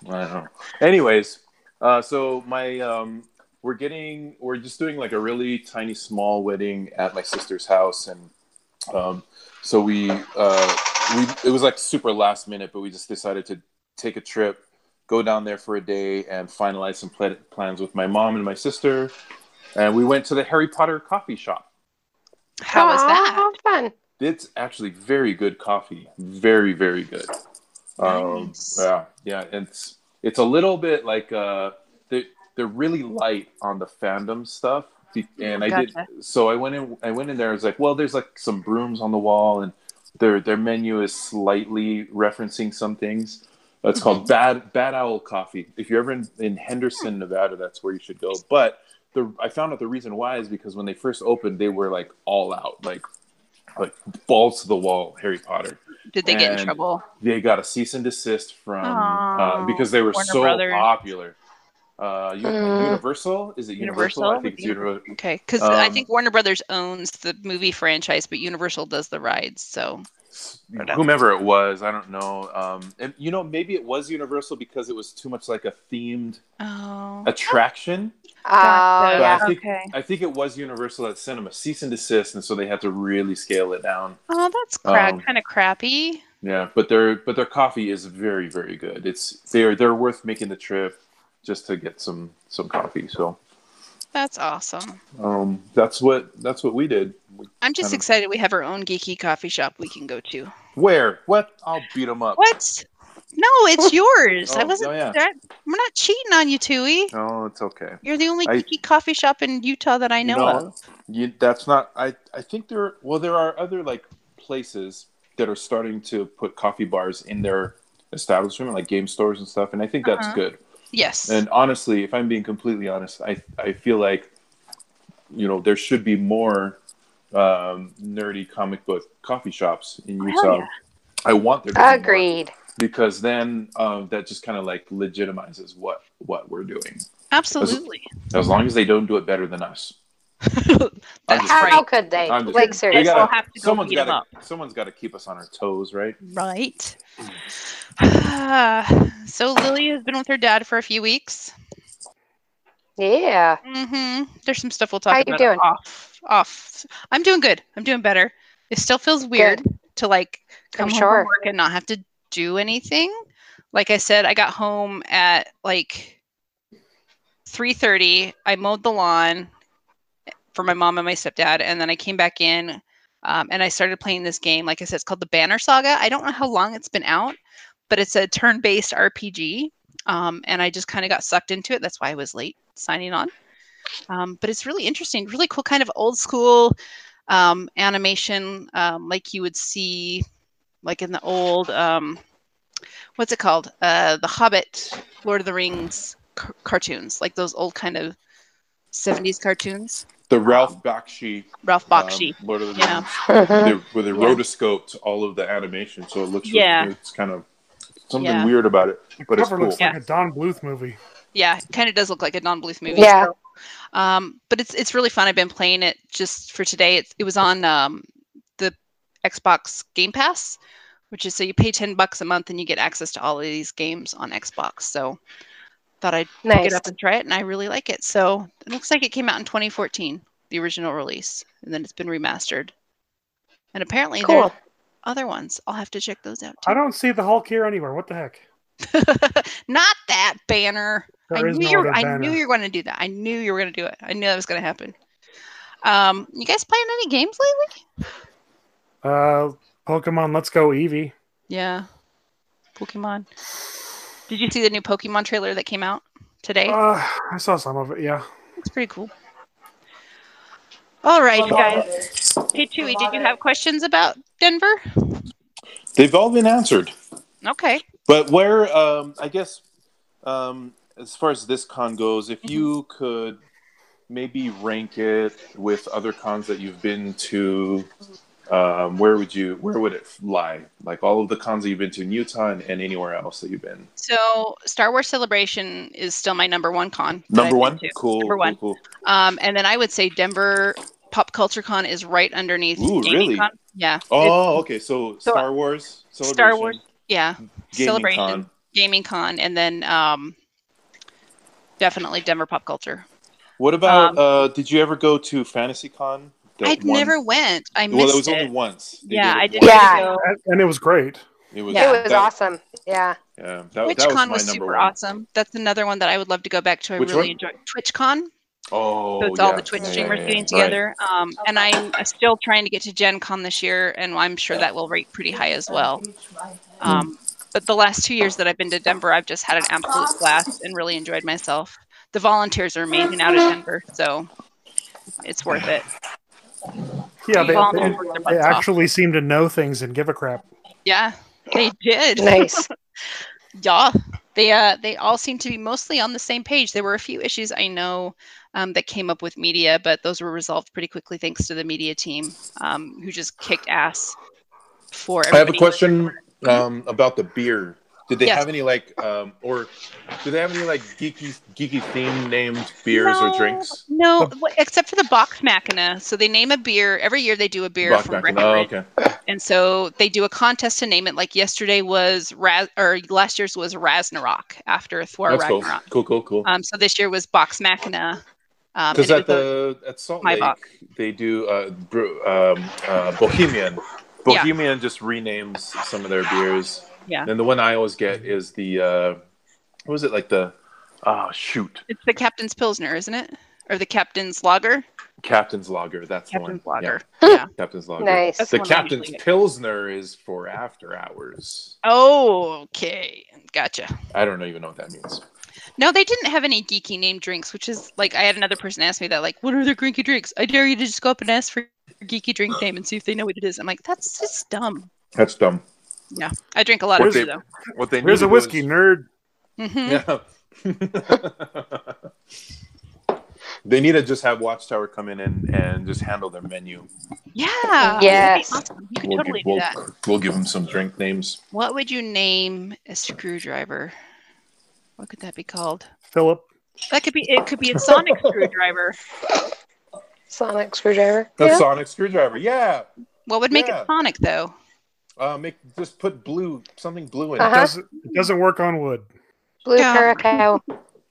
Speaker 2: I know. Anyways, uh, so my um, we're getting we're just doing like a really tiny small wedding at my sister's house, and um, so we uh, we it was like super last minute, but we just decided to take a trip, go down there for a day, and finalize some pla- plans with my mom and my sister, and we went to the Harry Potter coffee shop.
Speaker 1: How was
Speaker 4: Aw,
Speaker 1: that?
Speaker 4: Fun.
Speaker 2: It's actually very good coffee. Very, very good. Um,
Speaker 1: Nice.
Speaker 2: yeah, yeah. It's it's a little bit like uh, they're they're really light on the fandom stuff, be- and I did. So I went in. I went in there. I was like, well, there's like some brooms on the wall, and their their menu is slightly referencing some things. It's called Bad Bad Owl Coffee. If you're ever in, in Henderson, Nevada, that's where you should go. But the I found out the reason why is because when they first opened, they were like all out, like like balls to the wall, Harry Potter.
Speaker 1: Did they get in
Speaker 2: and-
Speaker 1: trouble?
Speaker 2: They got a cease and desist from
Speaker 1: Aw,
Speaker 2: uh, because they were
Speaker 1: Warner
Speaker 2: so
Speaker 1: Brothers.
Speaker 2: popular. Uh, U-
Speaker 4: Mm.
Speaker 2: Universal is it
Speaker 1: Universal
Speaker 2: Universal? I think
Speaker 1: would
Speaker 2: it's
Speaker 1: be-
Speaker 2: Universal.
Speaker 1: Okay, because I
Speaker 2: Um,
Speaker 1: think Warner Brothers owns the movie franchise, but Universal does the rides. So Whatever.
Speaker 2: whomever it was, I don't know. Um, and, you know, maybe it was Universal because it was too much like a themed
Speaker 1: oh,
Speaker 2: attraction.
Speaker 4: Oh,
Speaker 1: Gotcha.
Speaker 2: But
Speaker 4: yeah.
Speaker 2: I think
Speaker 1: Okay.
Speaker 2: I think it was Universal at Cinema cease and desist, and so they had to really scale it down.
Speaker 1: oh, that's cra-
Speaker 2: Um,
Speaker 1: kind of crappy.
Speaker 2: Yeah, but their but their coffee is very very good. It's they're they're worth making the trip just to get some some coffee. So
Speaker 1: That's awesome.
Speaker 2: um, that's what that's what we did.
Speaker 1: I'm just
Speaker 2: Kinda-
Speaker 1: excited we have our own geeky coffee shop we can go to.
Speaker 2: Where what? I'll beat them up.
Speaker 1: What? No, it's yours. I
Speaker 2: Oh,
Speaker 1: wasn't.
Speaker 2: oh, yeah.
Speaker 1: that- we're not cheating on you, Tui.
Speaker 2: No, Oh, it's okay.
Speaker 1: You're the only
Speaker 2: I-
Speaker 1: geeky coffee shop in Utah that I know
Speaker 2: No,
Speaker 1: of.
Speaker 2: You, that's not. I I think there. Well, there are other like places that are starting to put coffee bars in their establishment, like game stores and stuff. And I think that's
Speaker 1: Uh-huh.
Speaker 2: good.
Speaker 1: Yes.
Speaker 2: And honestly, if I'm being completely honest, I I feel like you know there should be more um, nerdy comic book coffee shops in Utah.
Speaker 1: yeah.
Speaker 2: I want there to be more,
Speaker 4: Agreed.
Speaker 2: because then um, that just kind of like legitimizes what what we're doing.
Speaker 1: Absolutely.
Speaker 2: As long as they don't do it better than us,
Speaker 1: That's
Speaker 2: just-
Speaker 4: How,
Speaker 1: right.
Speaker 4: how could they?
Speaker 2: I'm just-
Speaker 4: Like,
Speaker 2: we
Speaker 4: seriously.
Speaker 2: gotta-
Speaker 1: We'll have to go
Speaker 2: someone's
Speaker 1: beat
Speaker 2: got
Speaker 1: 'em
Speaker 2: to someone's got to keep us on our toes, right?
Speaker 1: Right. so Lily has been with her dad for a few weeks.
Speaker 4: Yeah.
Speaker 1: hmm There's some stuff we'll talk
Speaker 4: How you
Speaker 1: about
Speaker 4: doing?
Speaker 1: off. Off. I'm doing good. I'm doing better. It still feels weird to like come home
Speaker 4: sure.
Speaker 1: from work and not have to do anything. Like I said, I got home at like 3:30. I mowed the lawn for my mom and my stepdad, and then I came back in um, and I started playing this game. Like I said, it's called the Banner Saga. I don't know how long it's been out, but it's a turn-based RPG, um, and I just kind of got sucked into it. That's why I was late signing on. Um, but it's really interesting, really cool, kind of old school um, animation, um, like you would see, like in the old, um, what's it called, uh, the Hobbit, Lord of the Rings c- cartoons, like those old kind of 70s cartoons.
Speaker 2: The Ralph Bakshi,
Speaker 1: Ralph Um, Bakshi.
Speaker 2: um, Lord of the
Speaker 1: Yeah.
Speaker 2: Rings,
Speaker 4: Mhm.
Speaker 2: they, where they
Speaker 1: Yeah.
Speaker 2: rotoscoped all of the animation, so it looks
Speaker 1: Yeah.
Speaker 2: really, it's kind of something
Speaker 1: Yeah.
Speaker 2: weird about it, but it's
Speaker 3: cover
Speaker 2: cool.
Speaker 3: looks like a Don Bluth movie.
Speaker 1: Yeah, it kind of does look like a Don Bluth movie.
Speaker 4: Yeah.
Speaker 1: so, Um, but it's it's really fun. I've been playing it just for today. It's, it was on um, the Xbox Game Pass, which is so you pay ten bucks a month and you get access to all of these games on Xbox. So thought I'd pick
Speaker 4: Nice.
Speaker 1: it up and try it, and I really like it. So it looks like it came out in 2014, the original release, and then it's been remastered. And apparently there
Speaker 4: Cool.
Speaker 1: are other ones. I'll have to check those out
Speaker 3: I
Speaker 1: too.
Speaker 3: don't see the Hulk here anywhere. What the heck?
Speaker 1: Not that banner.
Speaker 3: There
Speaker 1: I
Speaker 3: is
Speaker 1: knew
Speaker 3: no
Speaker 1: you
Speaker 3: other
Speaker 1: were, I
Speaker 3: banner.
Speaker 1: knew you were going to do that. I knew you were going to do it. I knew that was going to happen. Um, you guys playing any games lately?
Speaker 3: Uh, Pokemon Let's Go Eevee.
Speaker 1: Yeah. Pokemon. Did you see the new Pokemon trailer that came out today?
Speaker 3: Uh, I saw some of it. Yeah.
Speaker 1: It's pretty cool. All right,
Speaker 2: Love
Speaker 1: guys. Hey, Chewy, did you have questions about Denver?
Speaker 2: They've all been answered.
Speaker 1: Okay.
Speaker 2: But where, um, I guess, um, as far as this con goes, if you
Speaker 1: Mm-hmm.
Speaker 2: could maybe rank it with other cons that you've been to, um, where would you, where would it lie? Like all of the cons that you've been to in Utah and, and anywhere else that you've been.
Speaker 1: So, Star Wars Celebration is still my number one con. that I've
Speaker 2: Number
Speaker 1: been
Speaker 2: one,
Speaker 1: to.
Speaker 2: cool,
Speaker 1: Number one.
Speaker 2: cool,
Speaker 1: Um, and then I would say Denver Pop Culture Con is right underneath.
Speaker 2: Ooh,
Speaker 1: Gaming
Speaker 2: really?
Speaker 1: Con. Yeah.
Speaker 2: cool. Oh, okay. So,
Speaker 1: So,
Speaker 2: Star Wars, celebration,
Speaker 1: Star Wars. Yeah.
Speaker 2: Gaming
Speaker 1: Celebration,
Speaker 2: Con.
Speaker 1: Gaming Con, and then um, definitely Denver Pop Culture.
Speaker 2: What
Speaker 1: Um,
Speaker 2: about? uh, did you ever go to Fantasy Con? The
Speaker 1: I
Speaker 2: one-
Speaker 1: never went. I missed
Speaker 2: Well, it was
Speaker 1: it.
Speaker 2: only once. They
Speaker 1: yeah,
Speaker 2: did it
Speaker 1: I didn't.
Speaker 2: once.
Speaker 4: Yeah.
Speaker 1: go.
Speaker 3: And, and it was great.
Speaker 2: It was.
Speaker 1: Yeah.
Speaker 4: It was
Speaker 2: that-
Speaker 4: awesome. Yeah.
Speaker 2: Yeah, that, that was
Speaker 1: TwitchCon
Speaker 2: my
Speaker 1: was,
Speaker 2: number
Speaker 1: super
Speaker 2: one.
Speaker 1: awesome. That's another one that I would love to go back to. I
Speaker 2: Which
Speaker 1: really
Speaker 2: one?
Speaker 1: enjoyed TwitchCon.
Speaker 2: Oh,
Speaker 1: So it's all
Speaker 2: yeah.
Speaker 1: the Twitch
Speaker 2: Yeah, yeah,
Speaker 1: streamers
Speaker 2: yeah,
Speaker 1: getting
Speaker 2: yeah. Right.
Speaker 1: together. Um, and I'm still trying to get to Gen Con this year, and I'm sure that will rate pretty high as well. Um, but the last two years that I've been to Denver, I've just had an absolute blast and really enjoyed myself. The volunteers are amazing out of Denver, so it's worth it.
Speaker 3: Yeah, they, they,
Speaker 1: Volunteers work their
Speaker 3: they
Speaker 1: butts off.
Speaker 3: actually seem to know things and give a crap.
Speaker 1: Yeah, they did.
Speaker 4: Nice.
Speaker 1: Yeah, they uh, they all seem to be mostly on the same page. There were a few issues I know um, that came up with media, but those were resolved pretty quickly thanks to the media team, um, who just kicked ass for.
Speaker 2: I have a
Speaker 1: everybody.
Speaker 2: question um, about the beer. Did they
Speaker 1: Mm-hmm. Yes.
Speaker 2: have any like, um, or do they have any like geeky geeky theme named beers
Speaker 1: No,
Speaker 2: or drinks?
Speaker 1: No, w- except for the Bach Machina. So they name a beer every year. They do a beer
Speaker 2: Bach
Speaker 1: from
Speaker 2: Mac- oh,
Speaker 1: Breckenridge,
Speaker 2: okay.
Speaker 1: and so they do a contest to name it. Like yesterday was Raz, or last year's was Ragnarok after Thor
Speaker 2: That's cool.
Speaker 1: Ragnarok.
Speaker 2: Cool, cool, cool.
Speaker 1: Um, so this year was Box Machina. Um,
Speaker 2: Because
Speaker 1: and it
Speaker 2: at
Speaker 1: was a-
Speaker 2: the at Salt
Speaker 1: my
Speaker 2: Lake
Speaker 1: Bach.
Speaker 2: they do uh, brew, um, uh, Bohemian. Bohemian just renames some of their beers.
Speaker 1: Yeah.
Speaker 2: And the one I always get is the uh, what was it like the oh shoot
Speaker 1: It's the captain's pilsner, isn't it? Or the captain's lager?
Speaker 2: Captain's Lager. That's
Speaker 1: Captain's
Speaker 2: the one.
Speaker 1: lager.
Speaker 2: Yeah. Captain's Lager.
Speaker 4: Nice.
Speaker 1: That's
Speaker 2: The
Speaker 1: one I
Speaker 2: Captain's
Speaker 1: usually get.
Speaker 2: Pilsner is for after hours.
Speaker 1: Oh, okay. Gotcha.
Speaker 2: I don't even know what that means.
Speaker 1: No, they didn't have any geeky named drinks, which is like I had another person ask me that, like, what are their drinky drinks? I dare you to just go up and ask for your geeky drink name and see if they know what it is. I'm like, that's just dumb.
Speaker 2: That's dumb.
Speaker 1: I drink a lot
Speaker 2: What
Speaker 1: of
Speaker 2: they-
Speaker 1: beer though.
Speaker 2: What they
Speaker 3: Here's
Speaker 2: need
Speaker 3: a
Speaker 2: to do is-
Speaker 3: whiskey nerd.
Speaker 1: Mhm.
Speaker 2: Yeah. they need to just have Watchtower come in and, and just handle their menu.
Speaker 1: Yeah. that'd be
Speaker 4: Yes.
Speaker 1: awesome. You could
Speaker 2: We'll,
Speaker 1: totally
Speaker 2: give,
Speaker 1: do
Speaker 2: we'll,
Speaker 1: that.
Speaker 2: we'll give them some drink names.
Speaker 1: What would you name a screwdriver? What could that be called?
Speaker 3: Philip.
Speaker 1: That could be it could be a sonic screwdriver.
Speaker 4: Sonic screwdriver.
Speaker 2: A
Speaker 4: Yeah.
Speaker 2: sonic screwdriver. Yeah.
Speaker 1: What would make
Speaker 2: Yeah.
Speaker 1: it sonic though?
Speaker 2: Uh, make just put blue something blue in
Speaker 4: Uh-huh.
Speaker 2: it.
Speaker 3: Doesn't, it doesn't work on wood.
Speaker 4: Blue
Speaker 1: Yeah.
Speaker 4: curacao.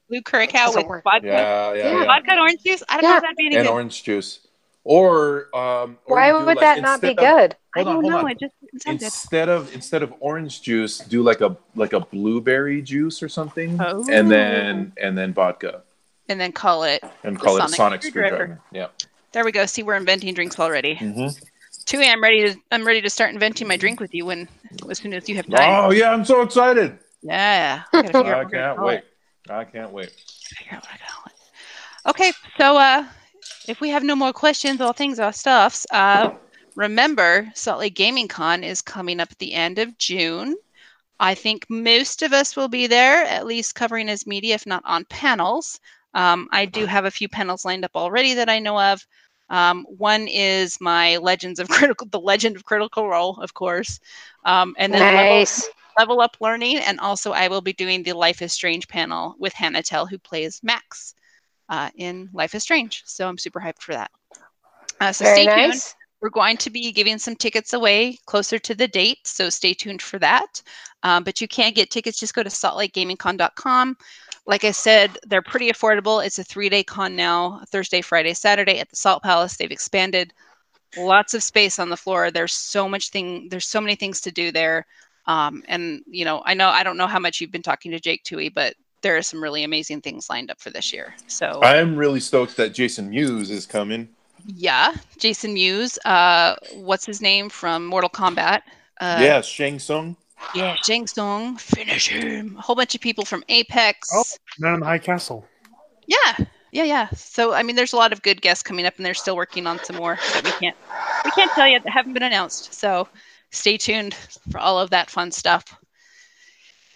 Speaker 1: Blue curacao
Speaker 4: Doesn't
Speaker 1: with
Speaker 4: work.
Speaker 1: vodka.
Speaker 2: Yeah, yeah, yeah.
Speaker 1: Vodka and orange juice? I don't know
Speaker 4: Yeah.
Speaker 1: if that'd be any
Speaker 2: And
Speaker 1: good.
Speaker 2: orange juice. Or um or
Speaker 4: Why
Speaker 2: you
Speaker 4: would
Speaker 2: do, like,
Speaker 4: that not be
Speaker 2: instead of-
Speaker 4: good?
Speaker 2: Hold
Speaker 1: I
Speaker 2: on,
Speaker 1: don't
Speaker 2: hold
Speaker 1: know.
Speaker 2: on.
Speaker 1: It just it sounded.
Speaker 2: instead of instead of orange juice do like a like a blueberry juice or something
Speaker 1: Oh.
Speaker 2: and then and then vodka
Speaker 1: and then call it.
Speaker 2: and call it a
Speaker 1: Sonic
Speaker 2: sonic
Speaker 1: screwdriver.
Speaker 2: screwdriver, yeah
Speaker 1: There we go. See, we're inventing drinks already.
Speaker 2: Mhm.
Speaker 1: Tui, I'm ready to. I'm ready to start inventing my drink with you when, as soon as you have time.
Speaker 2: oh yeah i'm so excited
Speaker 1: Yeah. I, gotta figure out
Speaker 2: i
Speaker 1: what we're gonna
Speaker 2: can't
Speaker 1: call
Speaker 2: wait
Speaker 1: it.
Speaker 2: i can't wait
Speaker 1: Figure out what I'm gonna call it. Okay, so uh, if we have no more questions, all things, all stuffs. Uh, remember, Salt Lake Gaming Con is coming up at the end of June. I think most of us will be there, at least covering as media, if not on panels. Um, I do have a few panels lined up already that I know of. Um, one is my Legends of Critical, the Legend of Critical Role, of course, um, and then level,
Speaker 4: Nice.
Speaker 1: Level Up Learning, and also I will be doing the Life is Strange panel with Hannah Tell, who plays Max uh, in Life is Strange. So I'm super hyped for that. Uh, so
Speaker 4: Very
Speaker 1: stay tuned.
Speaker 4: nice.
Speaker 1: We're going to be giving some tickets away closer to the date, so stay tuned for that. Um, but you can get tickets. Just go to saltlakegamingcon.com. Like I said, they're pretty affordable. It's a three-day con now: Thursday, Friday, Saturday at the Salt Palace. They've expanded lots of space on the floor. There's so much thing. There's so many things to do there. Um, and you know, I know I don't know how much you've been talking to Jake Tui, but there are some really amazing things lined up for this year. So
Speaker 2: I'm really stoked that Jason Mewes is coming.
Speaker 1: yeah, Jason Mewes. Uh, what's his name from Mortal Kombat? Uh,
Speaker 2: yeah, Shang Tsung.
Speaker 1: yeah, Jang Song. Finish him. A whole bunch of people from Apex.
Speaker 3: Oh. Man in the High Castle.
Speaker 1: Yeah, yeah, yeah. So I mean, there's a lot of good guests coming up, and they're still working on some more that we can't we can't tell yet that haven't been announced. So stay tuned for all of that fun stuff,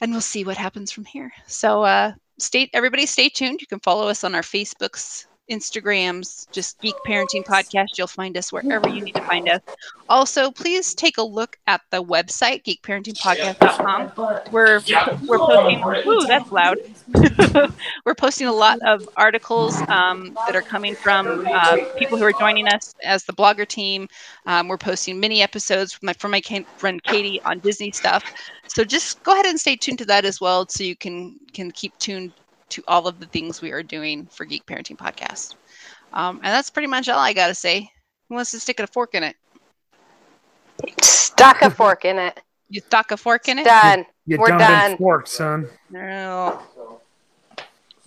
Speaker 1: and we'll see what happens from here. So uh, stay everybody, stay tuned. You can follow us on our Facebooks. Instagrams, just Geek Parenting Podcast. You'll find us wherever you need to find us. Also, please take a look at the website, geekparentingpodcast.com. We're, we're posting, ooh, that's loud. we're posting a lot of articles um, that are coming from uh, people who are joining us as the blogger team. Um, we're posting mini episodes from my, from my ca- friend Katie on Disney stuff. So just go ahead and stay tuned to that as well, so you can can keep tuned to all of the things we are doing for Geek Parenting Podcast. Um, and that's pretty much all I gotta say. Who wants to stick a fork in it?
Speaker 4: Stuck a fork in it.
Speaker 1: You stuck a fork in it?
Speaker 4: Done.
Speaker 3: You
Speaker 4: We're
Speaker 3: dumb
Speaker 4: done.
Speaker 3: and fork, son.
Speaker 1: No.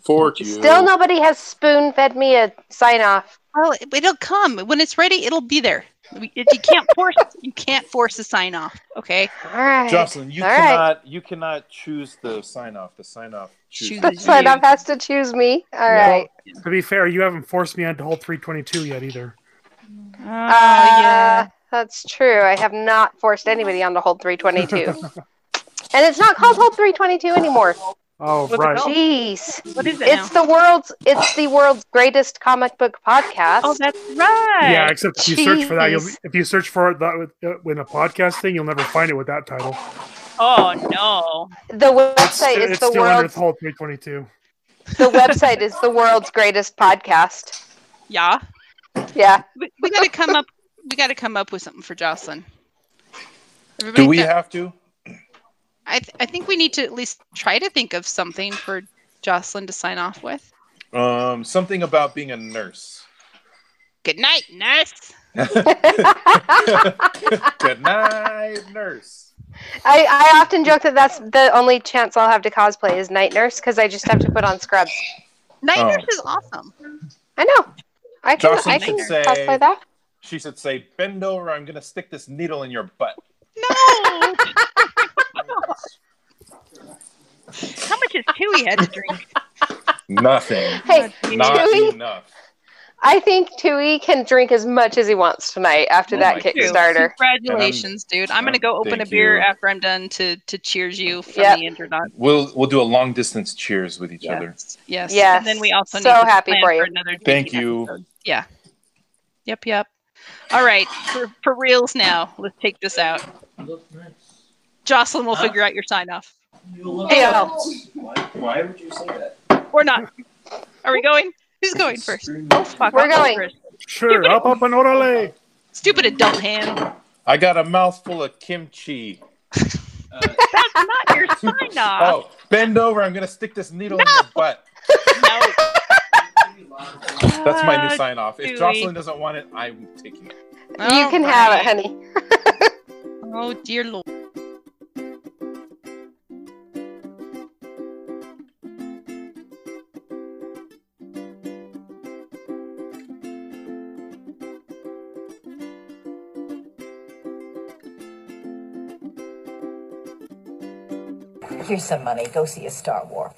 Speaker 6: Fork you.
Speaker 4: Still nobody has spoon fed me a sign off.
Speaker 1: Well, it- it'll come when it's ready. It'll be there. We, it- you can't force. You can't force a sign off. Okay.
Speaker 4: All right.
Speaker 2: Jocelyn, you
Speaker 4: All right.
Speaker 2: cannot you cannot choose the sign off. The sign off chooses.
Speaker 1: Chooses.
Speaker 4: The sign off has to choose me. All right.
Speaker 3: To be fair, you haven't forced me onto hole 322 yet either.
Speaker 1: Oh
Speaker 4: Uh, That's true. I have not forced anybody on to hold 322. and it's not called hold 322 anymore.
Speaker 3: Oh,
Speaker 1: What's it
Speaker 3: right.
Speaker 1: called?
Speaker 4: Jeez.
Speaker 1: What is it
Speaker 4: It's
Speaker 1: now?
Speaker 4: the world's it's the world's greatest comic book podcast.
Speaker 1: Oh, that's right.
Speaker 3: Yeah, except if you search for that, you'll
Speaker 4: Jeez.
Speaker 3: if you search for it that with, uh, in a podcast thing, you'll never find it with that title.
Speaker 1: Oh no.
Speaker 4: the
Speaker 3: It's,
Speaker 4: website
Speaker 3: it's
Speaker 4: is the
Speaker 3: still under
Speaker 4: world's
Speaker 3: hole 322.
Speaker 4: the website is the world's greatest podcast.
Speaker 1: Yeah.
Speaker 4: Yeah.
Speaker 1: We, we gotta come up. We gotta come up with something for Jocelyn. Everybody
Speaker 2: Do we
Speaker 1: got-
Speaker 2: have to?
Speaker 1: I th- I think we need to at least try to think of something for Jocelyn to sign off with.
Speaker 2: Um, something about being a nurse.
Speaker 1: Good night, nurse.
Speaker 2: Good night, nurse.
Speaker 4: I, I often joke that that's the only chance I'll have to cosplay is night nurse because I just have to put on scrubs.
Speaker 1: Night
Speaker 2: Oh.
Speaker 1: nurse is awesome.
Speaker 4: I know. I can,
Speaker 2: Jocelyn
Speaker 4: I can
Speaker 2: should say-
Speaker 4: cosplay that.
Speaker 2: She should say, "Bend over. I'm gonna stick this needle in your butt."
Speaker 1: No. How much is Chewy had to drink?
Speaker 2: Nothing.
Speaker 4: Hey,
Speaker 2: Not
Speaker 4: Chewy,
Speaker 2: enough.
Speaker 4: I think Tui can drink as much as he wants tonight after
Speaker 2: Oh
Speaker 4: that
Speaker 2: my goodness.
Speaker 4: Kickstarter.
Speaker 1: Congratulations, dude. I'm gonna
Speaker 2: um,
Speaker 1: go open a
Speaker 2: thank
Speaker 1: beer
Speaker 2: you.
Speaker 1: after I'm done to to cheers you from
Speaker 4: Yep.
Speaker 1: the internet.
Speaker 2: We'll we'll do a long distance cheers with each other.
Speaker 1: Yes. Yes.
Speaker 4: Yes.
Speaker 1: And then we also
Speaker 4: So
Speaker 1: need to
Speaker 4: happy
Speaker 1: plan
Speaker 4: for you.
Speaker 1: another
Speaker 2: Thank
Speaker 1: drinking
Speaker 2: you.
Speaker 1: episode. Yeah. Yep, yep. All right, for, for reals now. Let's take this out. Jocelyn will figure out your sign off.
Speaker 4: Deal.
Speaker 1: Or not. Are we going? Who's going first? Oh, fuck.
Speaker 4: We're
Speaker 1: I'll go
Speaker 4: going.
Speaker 1: first.
Speaker 3: Sure, up, up, and orale.
Speaker 1: Stupid adult hand.
Speaker 2: I got a mouthful of kimchi. Uh,
Speaker 1: That's not your sign off.
Speaker 2: Oh, bend over. I'm gonna stick this needle in your butt.
Speaker 1: No.
Speaker 2: That's my new sign off. If
Speaker 1: Chewy.
Speaker 2: Jocelyn doesn't want it, I'm taking it.
Speaker 4: you can have it, honey.
Speaker 1: Oh, dear Lord.
Speaker 7: Here's some money. Go see a Star Wars.